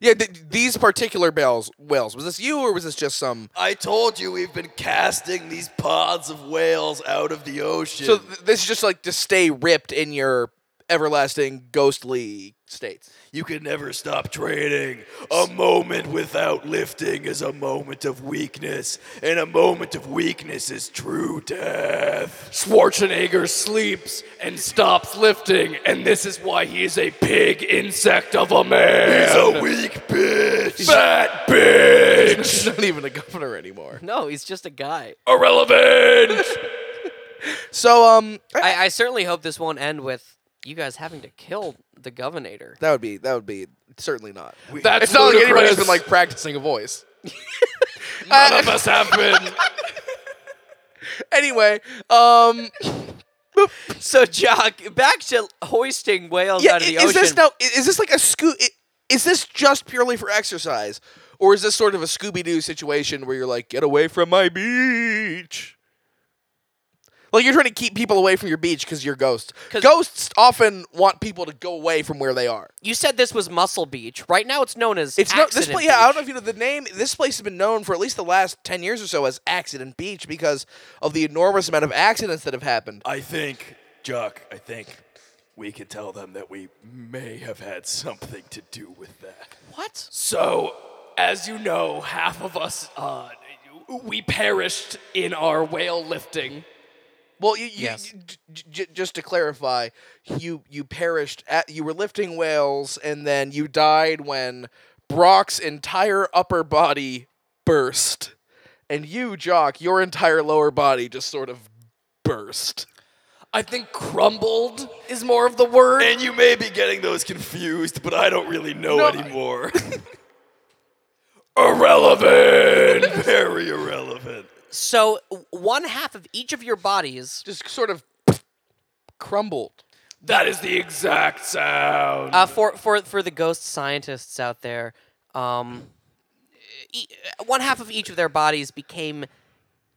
Speaker 2: Yeah, th- these particular bells, whales. Was this you, or was this just some.
Speaker 4: I told you we've been casting these pods of whales out of the ocean.
Speaker 2: So, th- this is just, like, to stay ripped in your everlasting ghostly states.
Speaker 4: you can never stop trading. A moment without lifting is a moment of weakness, and a moment of weakness is true death.
Speaker 1: Schwarzenegger sleeps and stops lifting, and this is why he is a pig insect of a man.
Speaker 4: He's a weak bitch.
Speaker 1: fat bitch.
Speaker 2: She's not even a governor anymore.
Speaker 3: No, he's just a guy.
Speaker 1: Irrelevant.
Speaker 2: So, um. I-
Speaker 3: I, I certainly hope this won't end with you guys having to kill the governor.
Speaker 2: that would be. That would be. Certainly not.
Speaker 1: That's
Speaker 2: It's not like anybody's
Speaker 1: ludicrous.
Speaker 2: been, like, practicing a voice.
Speaker 1: none of us have been.
Speaker 2: Anyway, um.
Speaker 3: So, Jock, back to hoisting whales out of the
Speaker 2: i- is
Speaker 3: ocean.
Speaker 2: this now? i- Is this like a scoop? Is this just purely for exercise, or is this sort of a Scooby Doo situation where you're like, get away from my beach? Like you're trying to keep people away from your beach because you're ghosts.
Speaker 3: 'Cause-
Speaker 2: Ghosts often want people to go away from where they are.
Speaker 3: you said this was Muscle Beach. Right now, it's known as
Speaker 2: It's no, this
Speaker 3: Accident
Speaker 2: place. Yeah, I don't know
Speaker 3: Beach.
Speaker 2: if you know the name. This place has been known for at least the last ten years or so as Accident Beach because of the enormous amount of accidents that have happened.
Speaker 4: I think, Jock, I think we can tell them that we may have had something to do with that.
Speaker 3: What?
Speaker 1: So, as you know, half of us, uh, we perished in our whale lifting.
Speaker 2: Well, you, you,
Speaker 3: Yes.
Speaker 2: you- j- j- just to clarify, you you perished at you were lifting whales, and then you died when Brock's entire upper body burst, and you, Jock, your entire lower body just sort of burst.
Speaker 1: I think crumbled is more of the word.
Speaker 4: And you may be getting those confused, but I don't really know
Speaker 2: No, I-
Speaker 4: anymore. irrelevant! Very irrelevant.
Speaker 3: So w- one half of each of your bodies.
Speaker 2: Just sort of crumbled.
Speaker 1: that is the exact sound.
Speaker 3: Uh, for for for the ghost scientists out there, um, e- one half of each of their bodies became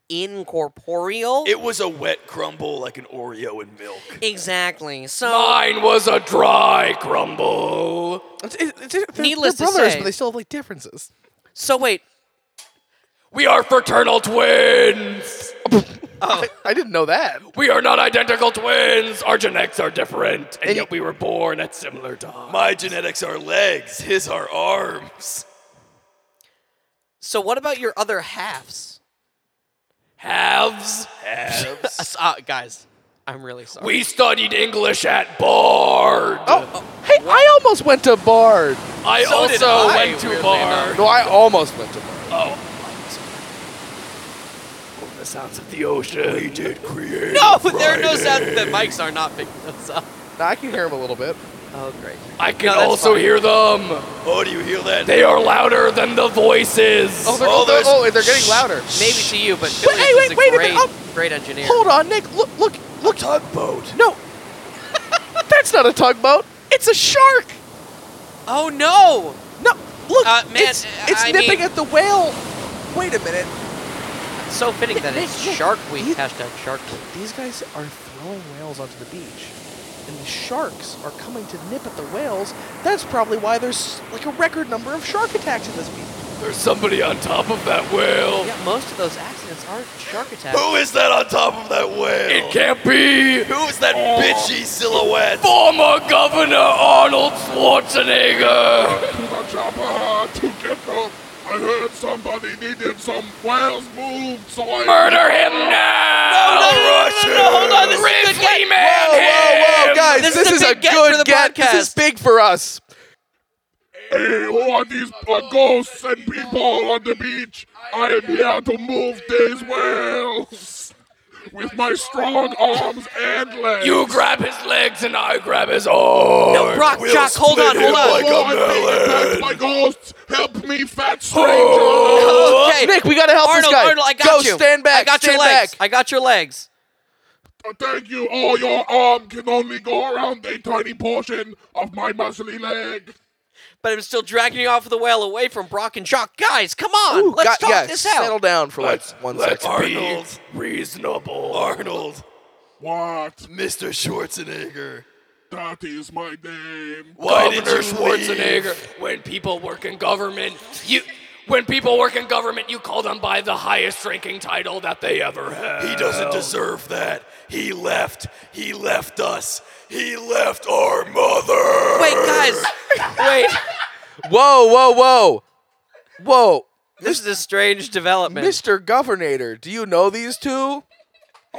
Speaker 3: incorporeal.
Speaker 4: It was a wet crumble like an Oreo in milk.
Speaker 3: exactly. So
Speaker 1: Mine was a dry crumble.
Speaker 2: It's, it's, it's, they're,
Speaker 3: Needless to
Speaker 2: they're brothers,
Speaker 3: say-
Speaker 2: but they still have like differences.
Speaker 3: so wait.
Speaker 1: We are fraternal twins.
Speaker 2: I, I didn't know that.
Speaker 1: We are not identical twins. Our genetics are different, and,
Speaker 2: And
Speaker 1: yet
Speaker 2: y-
Speaker 1: we were born at similar times.
Speaker 4: My genetics are legs, his are arms.
Speaker 3: So what about your other halves?
Speaker 1: Halves.
Speaker 3: Uh, s- uh, guys, I'm really sorry.
Speaker 1: We studied English at Bard.
Speaker 2: Oh, hey, I almost went to Bard.
Speaker 1: I
Speaker 3: so did
Speaker 1: also
Speaker 3: I,
Speaker 1: went to
Speaker 3: weirdly
Speaker 1: Bard.
Speaker 2: No, I almost went to Bard.
Speaker 1: The sounds of the ocean.
Speaker 4: We did create.
Speaker 3: no, there are no sounds. The mics are not picking those up.
Speaker 2: Now, I can hear him a little bit.
Speaker 3: Oh great.
Speaker 1: I can
Speaker 3: No, that's
Speaker 1: also
Speaker 3: fine.
Speaker 1: hear them.
Speaker 4: Oh, do you hear that?
Speaker 1: They are louder than the voices.
Speaker 2: Oh, they're,
Speaker 4: Oh,
Speaker 2: oh, they're,
Speaker 4: there's-
Speaker 2: oh, they're getting louder.
Speaker 3: Maybe to you, but
Speaker 2: Wait,
Speaker 3: Phillips
Speaker 2: hey,
Speaker 3: is a Oh.
Speaker 2: wait, wait a
Speaker 3: great,
Speaker 2: minute.
Speaker 3: great engineer.
Speaker 2: Hold on, Nick. Look, look, look.
Speaker 4: tugboat.
Speaker 2: No, that's not a tugboat. It's a shark.
Speaker 3: Oh no!
Speaker 2: No, look.
Speaker 3: Uh, man,
Speaker 2: it's it's
Speaker 3: I
Speaker 2: nipping
Speaker 3: mean-
Speaker 2: at the whale. Wait a minute.
Speaker 3: So fitting that it's
Speaker 2: Nick, Nick,
Speaker 3: Shark Week.
Speaker 2: you-
Speaker 3: Hashtag Shark Week.
Speaker 2: These guys are throwing whales onto the beach, and the sharks are coming to nip at the whales. That's probably why there's like a record number of shark attacks in this beach.
Speaker 1: There's somebody on top of that whale.
Speaker 3: Yeah, most of those accidents are shark attacks.
Speaker 4: Who is that on top of that whale?
Speaker 1: It can't be.
Speaker 4: Who is that bitchy silhouette?
Speaker 1: Former Governor Arnold Schwarzenegger.
Speaker 5: I heard somebody needed some whales moved, so I
Speaker 1: Murder him now.
Speaker 3: Oh, no, no, no, no, no, no, hold on, this is a good
Speaker 1: Grizzly
Speaker 3: get.
Speaker 1: man him.
Speaker 2: guys!
Speaker 3: This is a big get for the
Speaker 2: This is
Speaker 3: podcast.
Speaker 2: big for us.
Speaker 5: Hey, who are these uh, ghosts and people on the beach? I am here to move these whales with my strong arms and legs.
Speaker 1: You grab his legs and I grab his arm.
Speaker 3: No, Brock,
Speaker 4: We'll
Speaker 3: Jock, hold on,
Speaker 4: split him
Speaker 3: hold on.
Speaker 4: like a melon.
Speaker 5: like I'm being attacked by ghosts. Help me, fat stranger.
Speaker 3: Oh. okay,
Speaker 2: Nick, we gotta help
Speaker 3: Arnold,
Speaker 2: this guy.
Speaker 3: Arnold, I got
Speaker 2: Go,
Speaker 3: you.
Speaker 2: stand back.
Speaker 3: I got
Speaker 2: stand
Speaker 3: your legs.
Speaker 2: back.
Speaker 3: I got your legs.
Speaker 5: Thank you. Oh, your arm can only go around a tiny portion of my muscly leg.
Speaker 3: But I'm still dragging you off of the whale away from Brock and Jock. Guys, come on.
Speaker 2: Ooh,
Speaker 3: let's
Speaker 2: got-
Speaker 3: talk
Speaker 2: yeah,
Speaker 3: this
Speaker 2: Settle
Speaker 3: out.
Speaker 2: down for like
Speaker 4: Let's-
Speaker 2: one
Speaker 4: let's
Speaker 2: second.
Speaker 4: argue.
Speaker 1: Arnold, reasonable.
Speaker 4: Arnold,
Speaker 5: What?
Speaker 4: Mr. Schwarzenegger.
Speaker 5: That is my name.
Speaker 4: Why did
Speaker 1: Governor
Speaker 4: you
Speaker 1: Schwarzenegger.
Speaker 4: leave?
Speaker 1: When people work in government, you. When people work in government, you call them by the highest ranking title that they ever had.
Speaker 4: He doesn't deserve that. He left. He left us. He left our mother.
Speaker 3: Wait, guys. Wait.
Speaker 2: Whoa, whoa, whoa. Whoa.
Speaker 3: This is a strange development.
Speaker 2: Mr. Governor, do you know these two?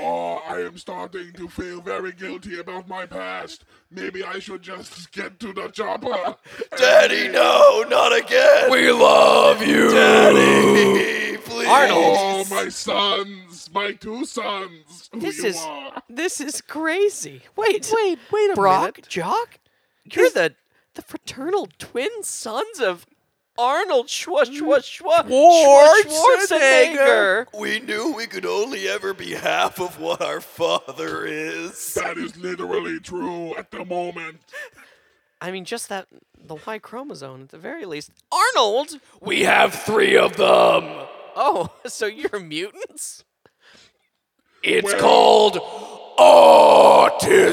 Speaker 5: Oh, I am starting to feel very guilty about my past. Maybe I should just get to the chopper.
Speaker 4: Daddy, no, not again.
Speaker 1: We love you.
Speaker 4: Daddy, please.
Speaker 3: Arnold.
Speaker 5: Oh, my sons, my two sons, who
Speaker 3: This
Speaker 5: you
Speaker 3: is
Speaker 5: are.
Speaker 3: this is crazy. Wait,
Speaker 2: Wait, wait a
Speaker 3: Brock,
Speaker 2: minute.
Speaker 3: Jock, you're the the fraternal twin sons of Arnold Schwa Schwa Schwa Schwa-
Speaker 2: Mm, Schwarzenegger.
Speaker 3: Schwarzenegger.
Speaker 4: We knew we could only ever be half of what our father is.
Speaker 5: That is literally true at the moment.
Speaker 3: I mean, just that the Y chromosome at the very least. Arnold.
Speaker 1: We have three of them.
Speaker 3: Oh, so you're mutants?
Speaker 1: It's
Speaker 5: Well-
Speaker 1: called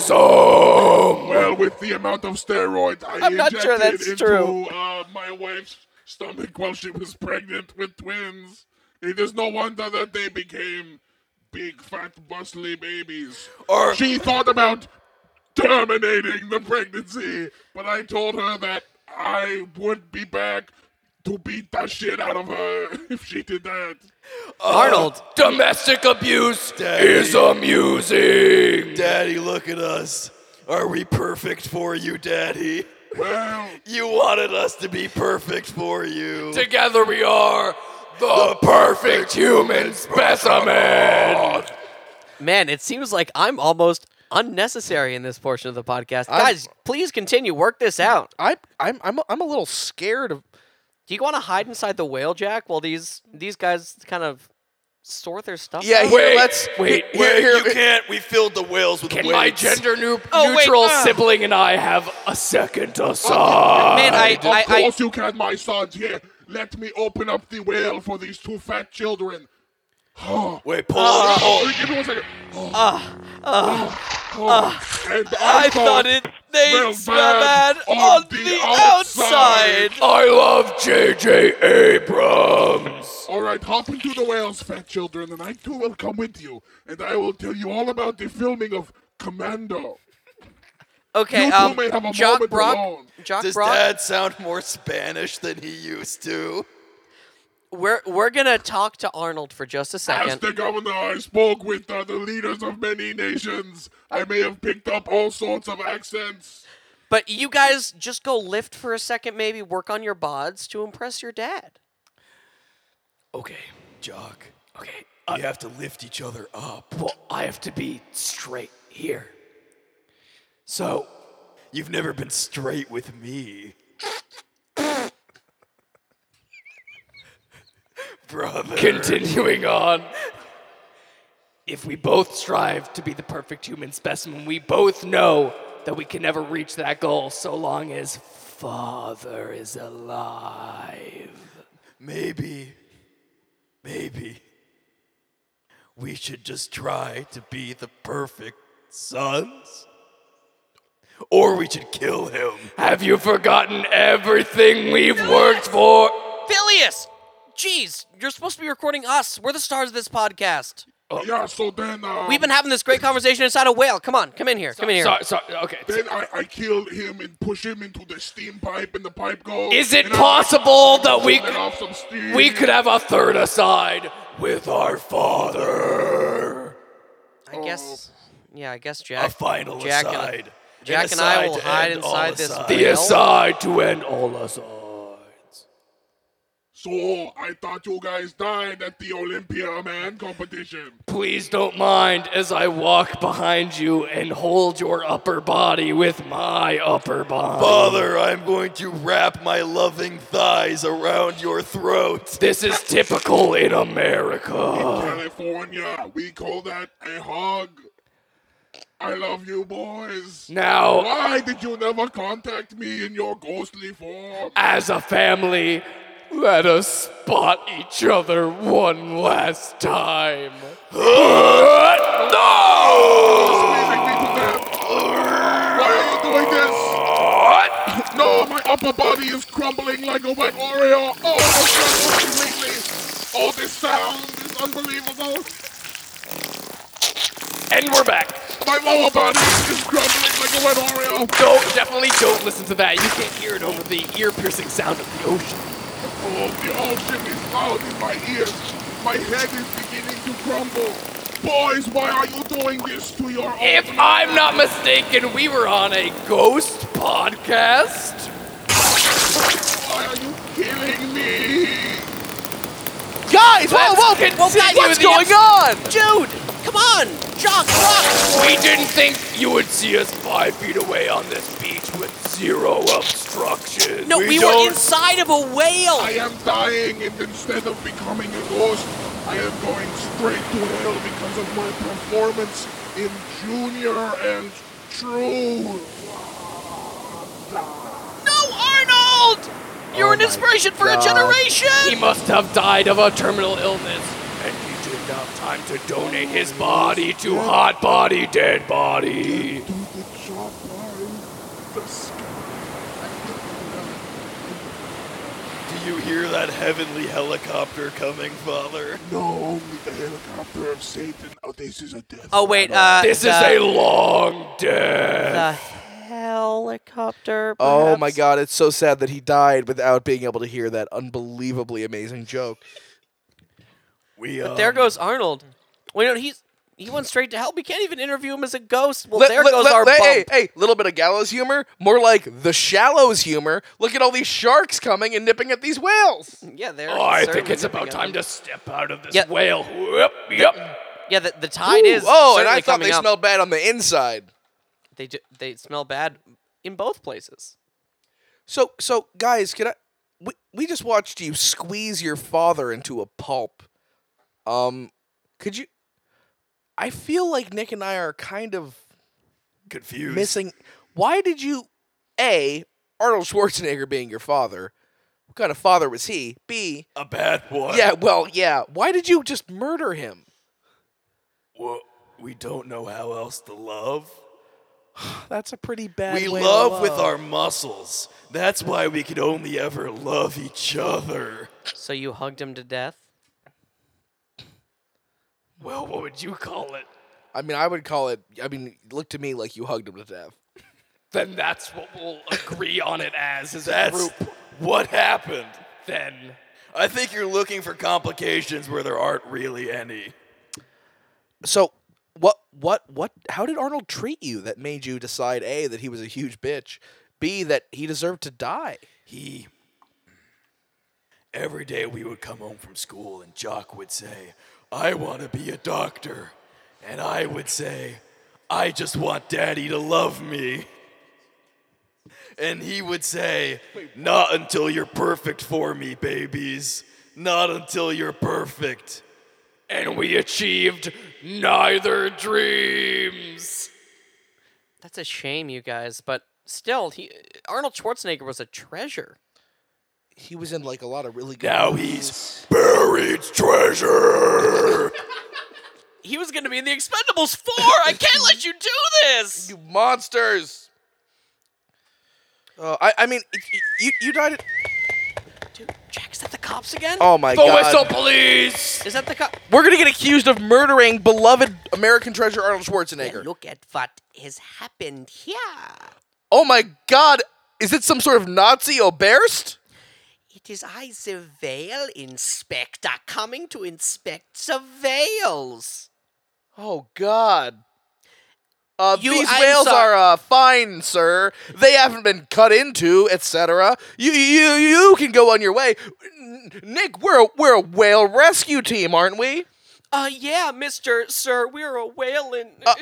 Speaker 1: autism.
Speaker 5: Well, with the amount of steroids I
Speaker 3: I'm not
Speaker 5: injected
Speaker 3: sure that's
Speaker 5: into
Speaker 3: true.
Speaker 5: Uh, my wife's stomach while she was pregnant with twins, it is no wonder that they became big, fat, bustly babies.
Speaker 4: Or
Speaker 5: She thought about terminating the pregnancy. But I told her that I would be back to beat the shit out of her if she did that.
Speaker 3: Arnold,
Speaker 1: Uh, Domestic abuse
Speaker 4: Daddy.
Speaker 1: is amusing.
Speaker 4: Daddy, look at us. Are we perfect for you, Daddy?
Speaker 5: Well,
Speaker 4: You wanted us to be perfect for you.
Speaker 1: Together we are the perfect human
Speaker 4: Oh,
Speaker 1: specimen.
Speaker 3: man, it seems like I'm almost unnecessary in this portion of the podcast.
Speaker 2: I'm-
Speaker 3: Guys, please continue. Work this out.
Speaker 2: I I'm I'm I'm a little scared of
Speaker 3: Do you want to hide inside the whale jack while these these guys kind of sort their stuff?
Speaker 2: Yeah,
Speaker 3: out?
Speaker 2: here,
Speaker 1: Wait,
Speaker 2: let's
Speaker 1: wait,
Speaker 2: here,
Speaker 4: Wait,
Speaker 2: here,
Speaker 4: you can't. We filled the whales with
Speaker 1: Can
Speaker 4: weights.
Speaker 1: my gender nu-
Speaker 3: Oh, wait,
Speaker 1: neutral
Speaker 3: ah.
Speaker 1: sibling and I have a second assault?
Speaker 3: man, I,
Speaker 5: of
Speaker 3: I, I
Speaker 5: course you can, my son. Here, let me open up the whale for these two fat children. Oh,
Speaker 4: Wait, pull up.
Speaker 1: Ah.
Speaker 5: oh, give me one second. Oh,
Speaker 3: Ah,
Speaker 5: oh, and
Speaker 3: I thought ah. it they
Speaker 5: smell
Speaker 3: smell bad
Speaker 5: bad on
Speaker 3: on
Speaker 5: the
Speaker 3: the outside.
Speaker 5: outside.
Speaker 1: I love J.J. Abrams.
Speaker 5: All right, hop into the whales, fat children, and I too will come with you, and I will tell you all about the filming of Commando.
Speaker 3: Okay,
Speaker 5: You two
Speaker 3: um,
Speaker 5: may have a
Speaker 3: Jock
Speaker 5: moment
Speaker 3: Brock,
Speaker 5: alone.
Speaker 3: Jock
Speaker 4: Does
Speaker 3: Brock,
Speaker 4: Dad sound more Spanish than he used to?
Speaker 3: we're we're gonna talk to Arnold for just a
Speaker 5: As
Speaker 3: second.
Speaker 5: the governor, I spoke with uh, the leaders of many nations. I may have picked up all sorts of accents.
Speaker 3: But you guys just go lift for a second, maybe work on your bods to impress your dad.
Speaker 1: Okay,
Speaker 4: Jock,
Speaker 1: okay. uh,
Speaker 4: we have to lift each other up.
Speaker 1: Well, I have to be straight here. So,
Speaker 4: You've never been straight with me. Brother.
Speaker 1: continuing on. If we both strive to be the perfect human specimen, we both know that we can never reach that goal so long as Father is alive.
Speaker 4: maybe, maybe, we should just try to be the perfect sons? Or we should kill him.
Speaker 1: Have you forgotten everything we've worked for?
Speaker 3: Phileas, jeez, you're supposed to be recording us. We're the stars of this podcast.
Speaker 5: Yeah, so then, um,
Speaker 3: We've been having this great conversation inside a whale. Come on, come in here, come in here.
Speaker 1: Sorry, sorry, okay.
Speaker 5: then I, I kill him and push him into the steam pipe, and the pipe goes.
Speaker 1: Is it
Speaker 5: and I-
Speaker 1: possible that we
Speaker 5: let
Speaker 1: could,
Speaker 5: off some steam.
Speaker 1: we could have a third aside with our father?
Speaker 3: I guess, yeah, I guess
Speaker 4: A
Speaker 3: Jack.
Speaker 4: final
Speaker 3: Jack and-
Speaker 4: aside. An
Speaker 3: Jack and I
Speaker 4: aside
Speaker 3: will
Speaker 4: to
Speaker 3: hide
Speaker 4: end all
Speaker 3: inside this
Speaker 4: asides.
Speaker 1: The
Speaker 3: Well-
Speaker 1: aside to end all asides.
Speaker 5: So I thought you guys died at the Olympia man competition.
Speaker 1: Please don't mind as I walk behind you and hold your upper body with my upper body.
Speaker 4: Father, I'm going to wrap my loving thighs around your throat.
Speaker 1: This is typical in America.
Speaker 5: California, we call that a hug. I love you, boys.
Speaker 1: Now,
Speaker 5: Why did you never contact me in your ghostly form?
Speaker 1: as a family, let us spot each other one last time. no!
Speaker 5: Leaving me to death. Why are you doing this? No, my upper body is crumbling like a wet Oreo. Oh, I'm crumbled completely. Oh, this sound is unbelievable.
Speaker 1: And we're back.
Speaker 5: My lower body is crumbling like a wet Oreo.
Speaker 1: No, definitely don't listen to that. You can't hear it over the ear-piercing sound of the ocean.
Speaker 5: Oh, the ocean is loud in my ears. My head is beginning to crumble. Boys, why are you doing this to your own?
Speaker 1: If I'm not mistaken, we were on a ghost podcast.
Speaker 5: Why are you killing me?
Speaker 2: guys, whoa,
Speaker 1: Let's
Speaker 2: whoa,
Speaker 1: continue
Speaker 2: whoa, guys, what's
Speaker 1: the
Speaker 2: going on?
Speaker 3: Dude, come on, Jock Brock.
Speaker 1: We didn't think you would see us five feet away on this beach with zero obstruction.
Speaker 3: No, we, were
Speaker 4: don't-
Speaker 3: inside of a whale.
Speaker 5: I am dying, and instead of becoming a ghost, I am going straight to hell because of my performance in Junior and True.
Speaker 3: No, Arnold!
Speaker 2: Oh
Speaker 3: You're an inspiration for a
Speaker 1: He
Speaker 3: generation!
Speaker 1: must have died of a terminal illness. And he didn't have time to donate his body to Hot Body Dead Body.
Speaker 5: To the chopper in the sky.
Speaker 4: Do you hear that heavenly helicopter coming, Father?
Speaker 5: No, only the helicopter of Satan, a this is a death.
Speaker 3: Oh wait, uh,
Speaker 1: This is
Speaker 3: the-
Speaker 1: a long death.
Speaker 3: the helicopter.
Speaker 2: Oh my
Speaker 3: perhaps?
Speaker 2: god, it's so sad that he died without being able to hear that unbelievably amazing joke.
Speaker 4: We, um,
Speaker 3: There goes Arnold. Well, you know, he's he went straight to hell. We can't even interview him as a ghost. Well,
Speaker 2: Let-
Speaker 3: there
Speaker 2: let-
Speaker 3: goes
Speaker 2: let-
Speaker 3: our
Speaker 2: let-
Speaker 3: bump.
Speaker 2: Hey, hey, little bit of gallows humor, more like the shallows humor. Look at all these sharks coming and nipping at these whales.
Speaker 3: Yeah, there.
Speaker 1: Oh, I think
Speaker 3: certainly
Speaker 1: it's about
Speaker 3: nothing
Speaker 1: time
Speaker 3: else.
Speaker 1: to step out of this
Speaker 3: Yeah.
Speaker 1: whale. Whoop, yep.
Speaker 3: Yeah, the, the tide is.
Speaker 2: Ooh, oh, and
Speaker 3: certainly
Speaker 2: I thought
Speaker 3: coming
Speaker 2: they
Speaker 3: up.
Speaker 2: smelled bad on the inside.
Speaker 3: They ju- they smell bad in both places.
Speaker 2: So, so guys, can I? We, we just watched you squeeze your father into a pulp. Um, could you? I feel like Nick and I are kind of
Speaker 4: confused.
Speaker 2: missing. Why did you? A. Arnold Schwarzenegger being your father. What kind of father was he? B.
Speaker 4: a bad one.
Speaker 2: Yeah, well, yeah. Why did you just murder him?
Speaker 4: Well, we don't know how else to love.
Speaker 2: That's a pretty bad.
Speaker 4: we
Speaker 2: way to
Speaker 4: love with
Speaker 3: uh,
Speaker 4: our muscles. That's why we can only ever love each other.
Speaker 3: So you hugged him to death.
Speaker 1: Well, what would you call it?
Speaker 2: I mean, I would call it. I mean, look to me like you hugged him to death.
Speaker 1: Then that's what we'll agree on it as as a
Speaker 4: That's
Speaker 1: group.
Speaker 4: what happened.
Speaker 1: Then
Speaker 4: I think you're looking for complications where there aren't really any.
Speaker 2: So what what what how did Arnold treat you that made you decide A that he was a huge bitch, B that he deserved to die?
Speaker 4: He. Every day we would come home from school, and Jock would say, I want to be a doctor. And I would say, I just want daddy to love me. And he would say, Not until you're perfect for me, babies. Not until you're perfect.
Speaker 1: and we achieved neither dreams.
Speaker 3: That's a shame, you guys. But still, he Arnold Schwarzenegger was a treasure.
Speaker 2: He was in like a lot of really good
Speaker 4: Now he's buried treasure.
Speaker 3: He was going to be in the Expendables four. I can't let you do this.
Speaker 2: You monsters. Uh, I I mean y- y- you you died at,
Speaker 3: Dude, Jack, is that the cops again?
Speaker 2: Oh my
Speaker 1: The
Speaker 2: god.
Speaker 1: whistle police.
Speaker 3: Is that the cop?
Speaker 2: We're going to get accused of murdering beloved American treasure Arnold Schwarzenegger.
Speaker 3: Look at what has happened here.
Speaker 2: Oh my god. Is it some sort of Nazi oberst?
Speaker 3: It is I, the Veil Inspector, coming to inspect the veils.
Speaker 2: Oh God. Uh,
Speaker 3: You-
Speaker 2: these
Speaker 3: I'm
Speaker 2: whales
Speaker 3: sorry.
Speaker 2: are uh, fine, sir. They haven't been cut into, etc. You, you, you can go on your way. N- Nick, we're a, we're a whale rescue team, aren't we?
Speaker 3: Uh, yeah, Mister Sir, we're a whale in, uh,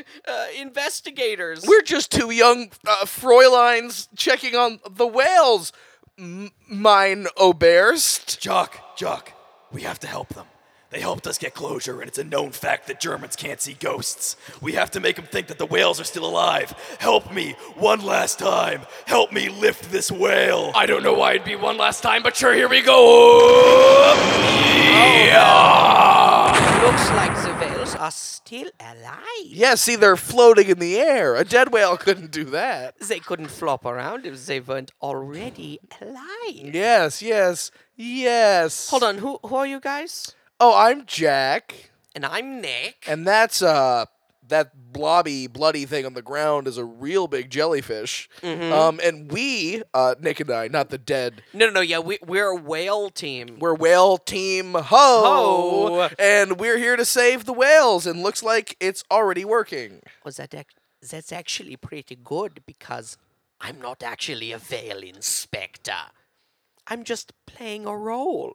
Speaker 3: investigators.
Speaker 2: We're just two young uh, Fräuleins checking on the whales. M- mine Oberst.
Speaker 4: Jock, Jock, we have to help them. They helped us get closure, and it's a known fact that Germans can't see ghosts. We have to make them think that the whales are still alive. Help me one last time. Help me lift this whale.
Speaker 1: I don't know why it'd be one last time, but sure, here we go.
Speaker 3: Looks like the veils are still alive.
Speaker 2: Yeah, see, they're floating in the air. A dead whale couldn't do that.
Speaker 3: They couldn't flop around if they weren't already alive.
Speaker 2: Yes, yes, yes.
Speaker 3: Hold on, who who are you guys?
Speaker 2: Oh, I'm Jack.
Speaker 3: And I'm Nick.
Speaker 2: And that's uh that blobby bloody thing on the ground is a real big jellyfish.
Speaker 3: Mm-hmm.
Speaker 2: Um and we, uh Nick and I, not the dead,
Speaker 3: No, no, no. Yeah, we we're a whale team.
Speaker 2: we're whale team ho,
Speaker 3: Ho.
Speaker 2: and we're here to save the whales and looks like it's already working.
Speaker 3: was that ac- that's actually pretty good because I'm not actually a veil inspector. I'm just playing a role.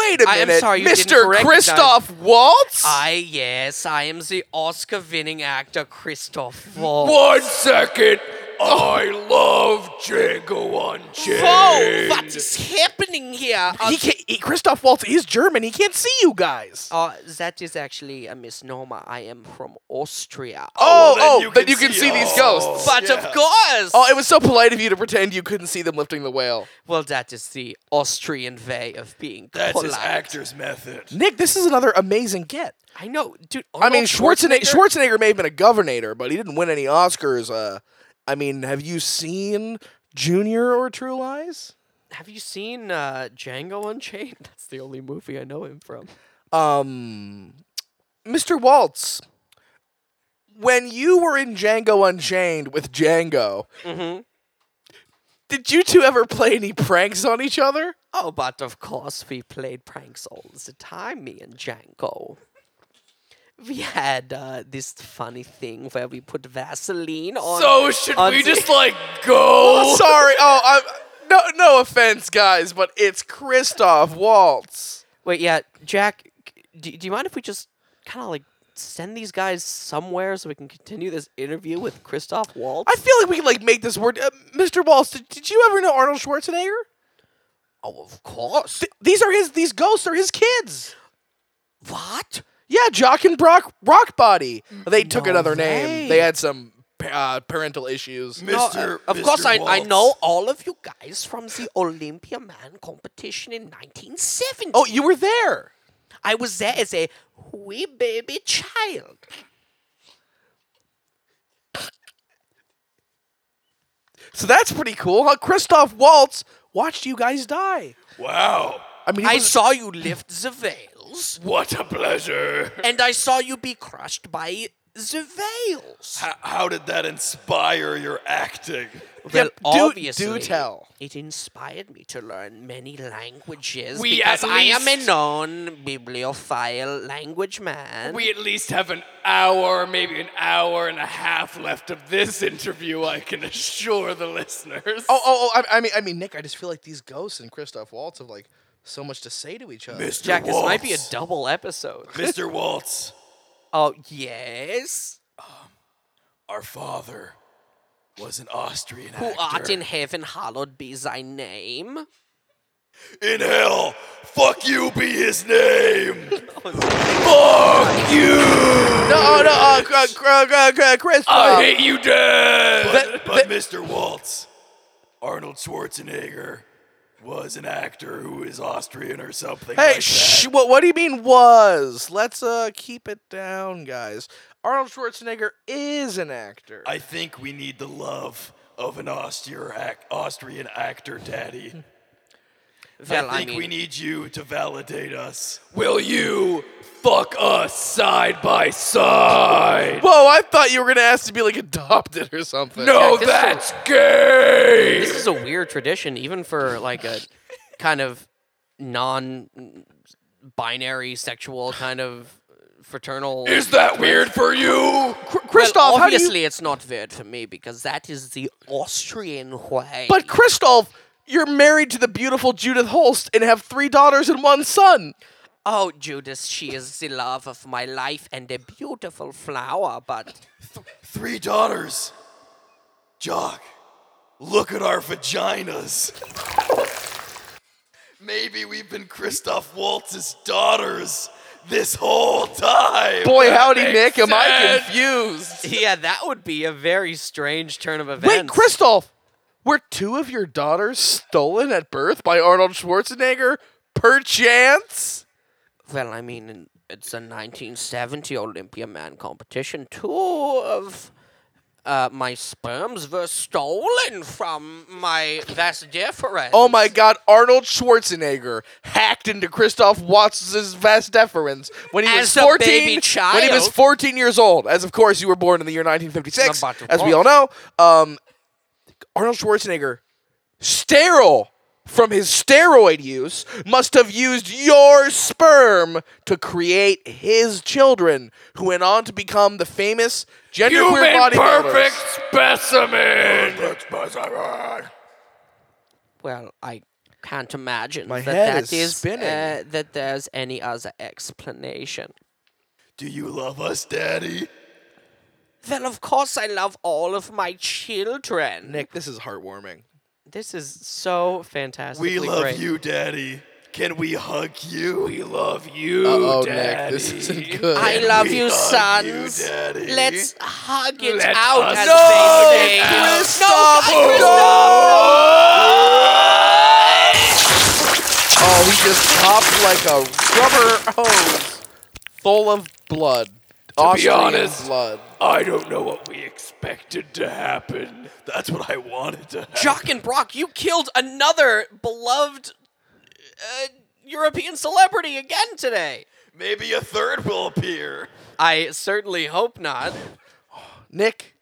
Speaker 2: Wait a
Speaker 3: I am
Speaker 2: minute.
Speaker 3: sorry you didn't
Speaker 2: Mr.
Speaker 3: recognize- Uh,
Speaker 2: Christoph Waltz?
Speaker 3: I yes, I am the Oscar-winning actor Christoph Waltz.
Speaker 1: One second. I love Django Unchained.
Speaker 3: Whoa! What is happening here? Uh,
Speaker 2: he can't, he, Christoph Waltz is German. He can't see you guys.
Speaker 3: uh, that is actually a misnomer. I am from Austria.
Speaker 2: oh,
Speaker 4: then
Speaker 2: oh,
Speaker 4: you
Speaker 2: then
Speaker 4: can
Speaker 2: you can
Speaker 4: see-
Speaker 2: see, these
Speaker 4: oh.
Speaker 2: ghosts.
Speaker 3: but of course.
Speaker 2: Oh, it was so polite of you to pretend you couldn't see them lifting the whale.
Speaker 3: well, that is the Austrian way of being
Speaker 4: That's
Speaker 3: polite.
Speaker 4: his actor's method.
Speaker 2: Nick, this is another amazing get.
Speaker 3: I know, dude.
Speaker 2: I
Speaker 3: Arnold
Speaker 2: mean, Schwarzenegger,
Speaker 3: Schwarzenegger
Speaker 2: Schwarzenegger may have been a governor, but he didn't win any Oscars. Uh, I mean, have you seen Junior or True Lies?
Speaker 3: Have you seen uh, Django Unchained? That's the only movie I know him from.
Speaker 2: Um, Mr. Waltz, when you were in Django Unchained with Django, did you two ever play any pranks on each other?
Speaker 3: Oh, but of course we played pranks all the time, me and Django. We had uh, this funny thing where we put Vaseline on.
Speaker 1: So should
Speaker 3: on
Speaker 1: we
Speaker 3: the-
Speaker 1: just like go?
Speaker 2: Sorry. Oh, I'm, no, no offense, guys, but it's Christoph Waltz.
Speaker 3: Wait, yeah, Jack, c- do, do you mind if we just kind of like send these guys somewhere so we can continue this interview with Christoph Waltz?
Speaker 2: I feel like we can like make this word. Uh, Mr. Waltz, did, did you ever know Arnold Schwarzenegger?
Speaker 3: oh, of course.
Speaker 2: Th- these are his. These ghosts are his kids.
Speaker 3: What?
Speaker 2: Yeah, Jock and Brock Rockbody. They took
Speaker 3: no
Speaker 2: another
Speaker 3: way.
Speaker 2: name. They had some pa- uh, parental issues.
Speaker 3: No, uh,
Speaker 4: Mr.
Speaker 3: of
Speaker 4: Mr.
Speaker 3: course, I, I
Speaker 4: Waltz.
Speaker 3: know all of you guys from the Olympia Man competition in 1970.
Speaker 2: Oh, you were there.
Speaker 3: I was there as a wee baby child.
Speaker 2: So that's pretty cool. Huh? Christoph Waltz watched you guys die.
Speaker 4: Wow.
Speaker 2: I mean, he
Speaker 3: I
Speaker 2: was-
Speaker 3: saw you lift the veils,
Speaker 4: What a pleasure.
Speaker 3: and I saw you be crushed by the veils.
Speaker 4: H- how did that inspire your acting?
Speaker 2: Yeah,
Speaker 3: Well,
Speaker 2: do-
Speaker 3: obviously,
Speaker 2: do tell.
Speaker 3: It inspired me to learn many languages
Speaker 1: We at
Speaker 3: because I am a
Speaker 1: least-
Speaker 3: known bibliophile language man.
Speaker 1: We at least have an hour, maybe an hour and a half left of this interview. I can assure the listeners.
Speaker 2: Oh, oh, oh I, I mean, I mean, Nick, I just feel like these ghosts and Christoph Waltz have like so much to say to each other.
Speaker 4: Mr.
Speaker 3: Jack, this
Speaker 4: Waltz.
Speaker 3: might be a double episode.
Speaker 4: Mr. Waltz,
Speaker 3: Oh, yes.
Speaker 4: our father was an Austrian
Speaker 3: Who art
Speaker 4: actor.
Speaker 3: in heaven, hallowed be thy name.
Speaker 4: in hell. Fuck you be his name. Fuck you.
Speaker 2: No, oh, no, uh, cr- cr- cr- cr- Christoph.
Speaker 1: I hate you, Dad.
Speaker 4: But, but Mr. Waltz, Arnold Schwarzenegger was an actor who is Austrian or something.
Speaker 2: Hey,
Speaker 4: like
Speaker 2: shh, what, what do you mean was? Let's uh keep it down, guys. Arnold Schwarzenegger is an actor.
Speaker 4: that. I think we need the love of an Austrian, ac- Austrian actor, Daddy.
Speaker 3: Well,
Speaker 4: I think
Speaker 3: mean,
Speaker 4: we need you to validate us.
Speaker 1: Will you fuck us side by side?
Speaker 2: Whoa, I thought you were gonna ask to be like adopted or something.
Speaker 1: No,
Speaker 3: this is a-
Speaker 1: that's gay.
Speaker 3: this is a weird tradition, even for like a kind of non-binary sexual kind of fraternal.
Speaker 1: Is that weird for you?
Speaker 2: Cr- Christoph,
Speaker 3: well,
Speaker 2: how do you-
Speaker 3: obviously, it's not weird for me because that is the Austrian way.
Speaker 2: But Christoph, you're married to the beautiful Judith Holst and have three daughters and one son.
Speaker 3: oh, Judas, she is the love of my life and a beautiful flower. But
Speaker 4: Three daughters. Jock, look at our vaginas. Maybe we've been Christoph Waltz's daughters this whole time.
Speaker 2: Boy, howdy, Nick. Am I confused?
Speaker 3: yeah, that would be a very strange turn of events.
Speaker 2: Wait, Christoph, were two of your daughters stolen at birth by Arnold Schwarzenegger? Perchance?
Speaker 3: Well, I mean, in- it's a 1970 Olympia Man competition. Two of uh, my sperms were stolen from my vestiferous.
Speaker 2: Oh my god, Arnold Schwarzenegger hacked into Christoph Waltz's vast deference when he was
Speaker 3: As a
Speaker 2: 14
Speaker 3: baby
Speaker 2: when he was
Speaker 3: child.
Speaker 2: 14 years old. As of course you were born in the year 1956,
Speaker 3: Number two.
Speaker 2: as we all know. Um, Arnold Schwarzenegger sterile from his steroid use must have used your sperm to create his children who went on to become the famous genderqueer
Speaker 1: Human
Speaker 2: bodybuilders.
Speaker 1: perfect specimen.
Speaker 3: Well, I can't imagine
Speaker 2: My
Speaker 3: that
Speaker 2: head
Speaker 3: that
Speaker 2: is
Speaker 3: is,
Speaker 2: spinning.
Speaker 3: uh, that there's any other explanation.
Speaker 4: Do you love us, Daddy?
Speaker 3: Well, of course, I love all of my children.
Speaker 2: Nick, this is heartwarming.
Speaker 3: This is so fantastic.
Speaker 4: We love you, Daddy. Can we hug you? We love you,
Speaker 2: Oh, Nick, this isn't good.
Speaker 3: I love
Speaker 4: We
Speaker 3: you,
Speaker 4: love you,
Speaker 3: sons.
Speaker 4: Daddy.
Speaker 3: Let's hug it
Speaker 1: Let
Speaker 3: out
Speaker 1: us
Speaker 3: as
Speaker 1: hug
Speaker 3: they
Speaker 1: it
Speaker 3: say.
Speaker 1: out.
Speaker 3: No,
Speaker 2: Christoph,
Speaker 3: Christoph,
Speaker 2: Oh, he just popped like a rubber hose full of blood. To Austrian
Speaker 1: honest-
Speaker 2: blood.
Speaker 1: I don't know what we expected to happen.
Speaker 4: That's what I wanted to have.
Speaker 3: Jock and Brock, you killed another beloved uh, European celebrity again today.
Speaker 4: Maybe a third will appear.
Speaker 3: I certainly hope not.
Speaker 2: Nick,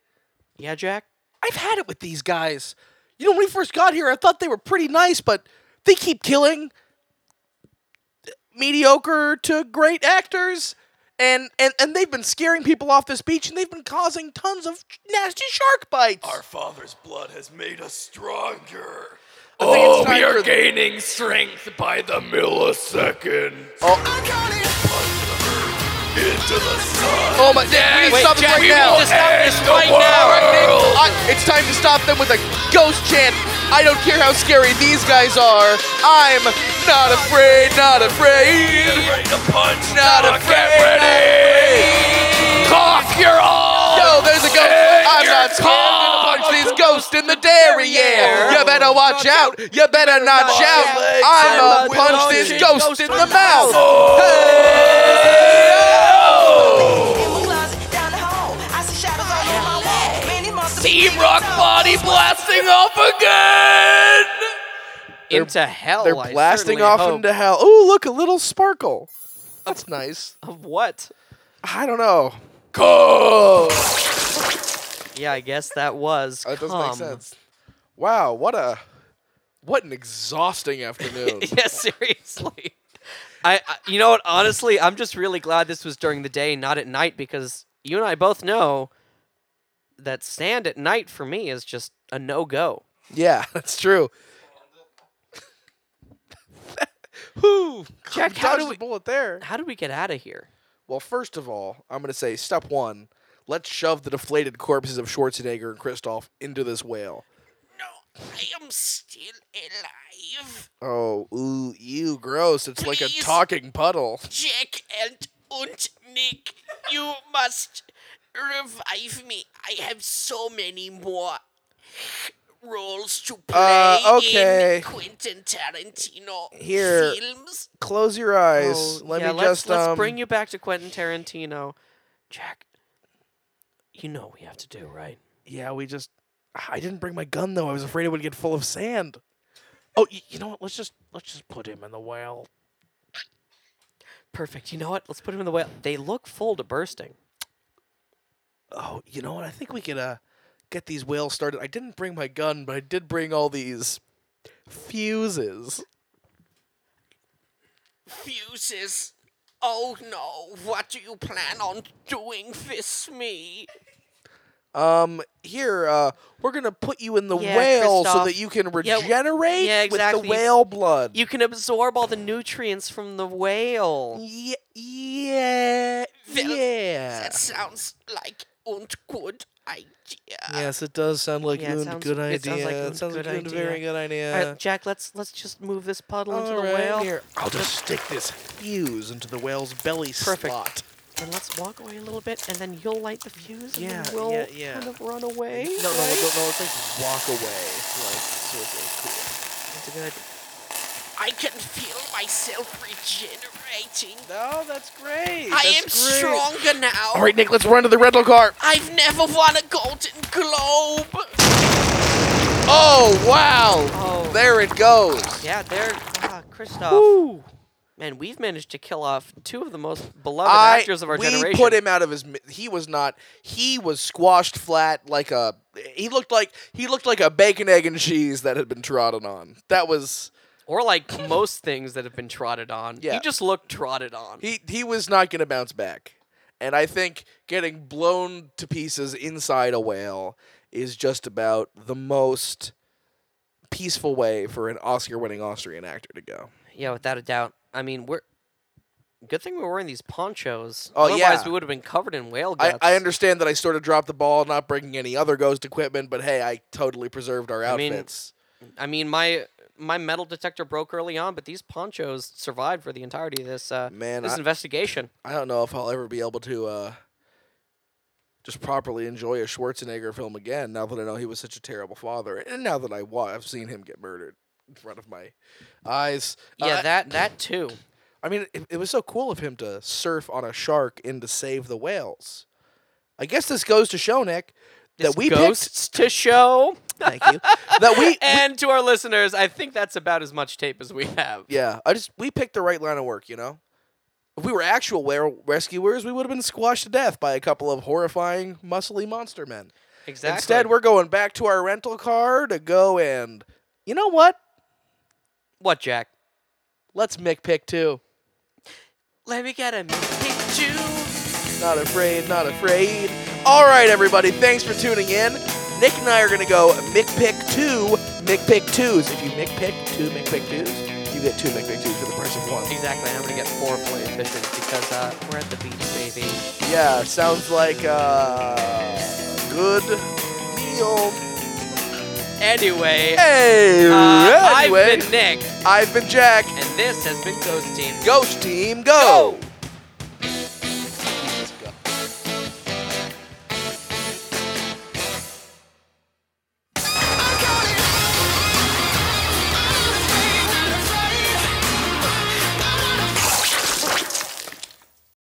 Speaker 3: Yeah, Jack?
Speaker 2: I've had it with these guys. You know, when we first got here, I thought they were pretty nice, but they keep killing mediocre to great actors. And, and, and they've been scaring people off this beach and they've been causing tons of nasty shark bites.
Speaker 4: Our father's blood has made us stronger.
Speaker 2: I think it's
Speaker 1: Oh, we
Speaker 2: time
Speaker 1: are
Speaker 2: for-
Speaker 1: gaining strength by the millisecond.
Speaker 4: Into the sun.
Speaker 2: Oh my! we need to
Speaker 3: Wait,
Speaker 2: stop
Speaker 3: Jack,
Speaker 2: this right
Speaker 3: we
Speaker 2: now.
Speaker 3: need to stop
Speaker 1: And
Speaker 3: this
Speaker 1: the
Speaker 3: right now.
Speaker 1: world.
Speaker 2: I- it's time to stop them with a ghost chant. I don't care how scary these guys are. I'm not afraid. Not afraid.
Speaker 4: Ready to punch.
Speaker 2: Not
Speaker 4: Now
Speaker 2: afraid.
Speaker 4: Get ready.
Speaker 1: Cock your all!
Speaker 2: Yo, there's a ghost. I'm not scared. I'm gonna punch these ghosts in the derriere. You better watch out. You better not shout. I'ma punch this ghost in the mouth.
Speaker 1: Team Rock Body blasting off again!
Speaker 3: Into hell.
Speaker 2: They're
Speaker 3: I
Speaker 2: blasting
Speaker 3: certainly
Speaker 2: off
Speaker 3: hope.
Speaker 2: into hell. Ooh, look, a little sparkle. That's nice.
Speaker 3: Of what?
Speaker 2: I don't know.
Speaker 1: Cool!
Speaker 3: Yeah, I guess that was.
Speaker 2: That doesn't
Speaker 3: cum.
Speaker 2: make sense. Wow, what a what an exhausting afternoon.
Speaker 3: yeah, seriously. I, I, you know what? Honestly, I'm just really glad this was during the day, not at night, because you and I both know that sand at night for me is just a no go.
Speaker 2: yeah, that's true. Whew,
Speaker 3: Jack,
Speaker 2: dodged
Speaker 3: how do
Speaker 2: the
Speaker 3: we-
Speaker 2: bullet there?
Speaker 3: How do we get out of here?
Speaker 2: Well, first of all, I'm going to say step one: let's shove the deflated corpses of Schwarzenegger and Kristoff into this whale. No, I am still alive. Oh, ooh, ew, gross! It's like a talking puddle.
Speaker 6: Jack and und Nick, you must revive me. I have so many more roles to play
Speaker 2: Uh, okay.
Speaker 6: in Quentin Tarantino
Speaker 2: Here.
Speaker 6: films.
Speaker 2: Close your eyes.
Speaker 3: Oh,
Speaker 2: Let
Speaker 3: yeah,
Speaker 2: me
Speaker 3: let's,
Speaker 2: just
Speaker 3: let's
Speaker 2: um,
Speaker 3: bring you back to Quentin Tarantino. Jack, you know what we have to do, right?
Speaker 2: Yeah, we just. I didn't bring my gun though. I was afraid it would get full of sand. Oh, y- you know what? Let's just let's just put him in the whale.
Speaker 3: Perfect. You know what? Let's put him in the whale. They look full to bursting.
Speaker 2: Oh, you know what? I think we could uh get these whales started. I didn't bring my gun, but I did bring all these fuses.
Speaker 6: Fuses. Oh no, what do you plan on doing with me?
Speaker 2: Um, here, uh, we're gonna put you in the
Speaker 3: Yeah,
Speaker 2: whale so
Speaker 3: Christoph.
Speaker 2: that you can
Speaker 3: w-
Speaker 2: regenerate
Speaker 3: yeah, exactly.
Speaker 2: with the
Speaker 3: You s-
Speaker 2: whale blood.
Speaker 3: You can absorb all the nutrients from the whale.
Speaker 2: Ye- yeah,
Speaker 6: Well,
Speaker 2: yeah.
Speaker 6: That sounds like und good idea.
Speaker 2: Yes, it does sound like
Speaker 3: Yeah, it
Speaker 2: a
Speaker 3: sounds-
Speaker 2: good
Speaker 3: it sounds
Speaker 2: idea.
Speaker 3: like a
Speaker 2: It sounds
Speaker 3: good
Speaker 2: like a
Speaker 3: idea.
Speaker 2: very good idea.
Speaker 3: All right, Jack, let's let's just move this puddle into the
Speaker 2: All right,
Speaker 3: whale
Speaker 2: here. I'll just stick this fuse into the whale's belly
Speaker 3: Perfect.
Speaker 2: slot.
Speaker 3: and let's walk away a little bit, and then you'll light the fuse, and
Speaker 2: Yeah,
Speaker 3: then we'll
Speaker 2: yeah, yeah.
Speaker 3: kind of run away.
Speaker 2: No, no, no, no, it's like walk away. Like, so it's
Speaker 3: That's a good idea.
Speaker 6: I can feel myself regenerating.
Speaker 2: like cool. No, that's great.
Speaker 6: I am
Speaker 2: that's great.
Speaker 6: stronger now.
Speaker 2: All right, Nick, let's run to the rental car.
Speaker 6: I've never won a Golden Globe.
Speaker 2: Oh, wow.
Speaker 3: Oh,
Speaker 2: There it goes.
Speaker 3: yeah, there, ah, Christoph.
Speaker 2: Woo.
Speaker 3: Man, we've managed to kill off two of the most beloved
Speaker 2: I,
Speaker 3: actors of our
Speaker 2: we
Speaker 3: generation.
Speaker 2: put him out of his. mi- He was not. He was squashed flat like a. He looked like he looked like a bacon, egg, and cheese that had been trodden on. That was
Speaker 3: or like most things that have been trotted on.
Speaker 2: Yeah.
Speaker 3: You just look trotted on.
Speaker 2: He he was not going to bounce back. And I think getting blown to pieces inside a whale is just about the most peaceful way for an Oscar-winning Austrian actor to go.
Speaker 3: Yeah, without a doubt. I mean, we're good thing we were wearing these ponchos.
Speaker 2: Oh,
Speaker 3: Otherwise,
Speaker 2: yeah.
Speaker 3: we would have been covered in whale
Speaker 2: I,
Speaker 3: guts.
Speaker 2: I understand that I sort of dropped the ball, not bringing any other ghost equipment, but hey, I totally preserved our
Speaker 3: mean-
Speaker 2: outfits.
Speaker 3: I mean, my my metal detector broke early on, but these ponchos survived for the entirety of this uh,
Speaker 2: Man,
Speaker 3: this
Speaker 2: I-
Speaker 3: investigation.
Speaker 2: I don't know if I'll ever be able to uh, just properly enjoy a Schwarzenegger film again. Now that I know he was such a terrible father, and now that I wa- I've seen him get murdered in front of my eyes.
Speaker 3: Yeah,
Speaker 2: Uh,
Speaker 3: that that too.
Speaker 2: I mean, it, it was so cool of him to surf on a shark and to save the whales. I guess this goes to show, Nick, that
Speaker 3: This
Speaker 2: we picked.
Speaker 3: ghosts to show,
Speaker 2: Thank you. That we.
Speaker 3: and to our listeners, I think that's about as much tape as we have.
Speaker 2: yeah, I just we picked the right line of work. You know, If we were actual were- rescuers, we would have been squashed to death by a couple of horrifying, muscly monster men.
Speaker 3: Exactly.
Speaker 2: Instead, we're going back to our rental car to go and, you know what?
Speaker 3: what, Jack?
Speaker 2: Let's McPick too.
Speaker 3: Let me get a
Speaker 2: Not afraid, not afraid. All right, everybody, thanks for tuning in. Nick and I are going to go McPick 2, McPick 2s. If you McPick 2 McPick 2s, you get 2 McPick 2s for the price of one.
Speaker 3: Exactly. I'm gonna get four fillet fishes because uh, we're at the beach, baby.
Speaker 2: Yeah, sounds like a good deal.
Speaker 3: Anyway,
Speaker 2: Hey,
Speaker 3: uh,
Speaker 2: anyway,
Speaker 3: I've been Nick,
Speaker 2: I've been Jack.
Speaker 3: and this has been Ghost Team.
Speaker 2: Ghost Team, go.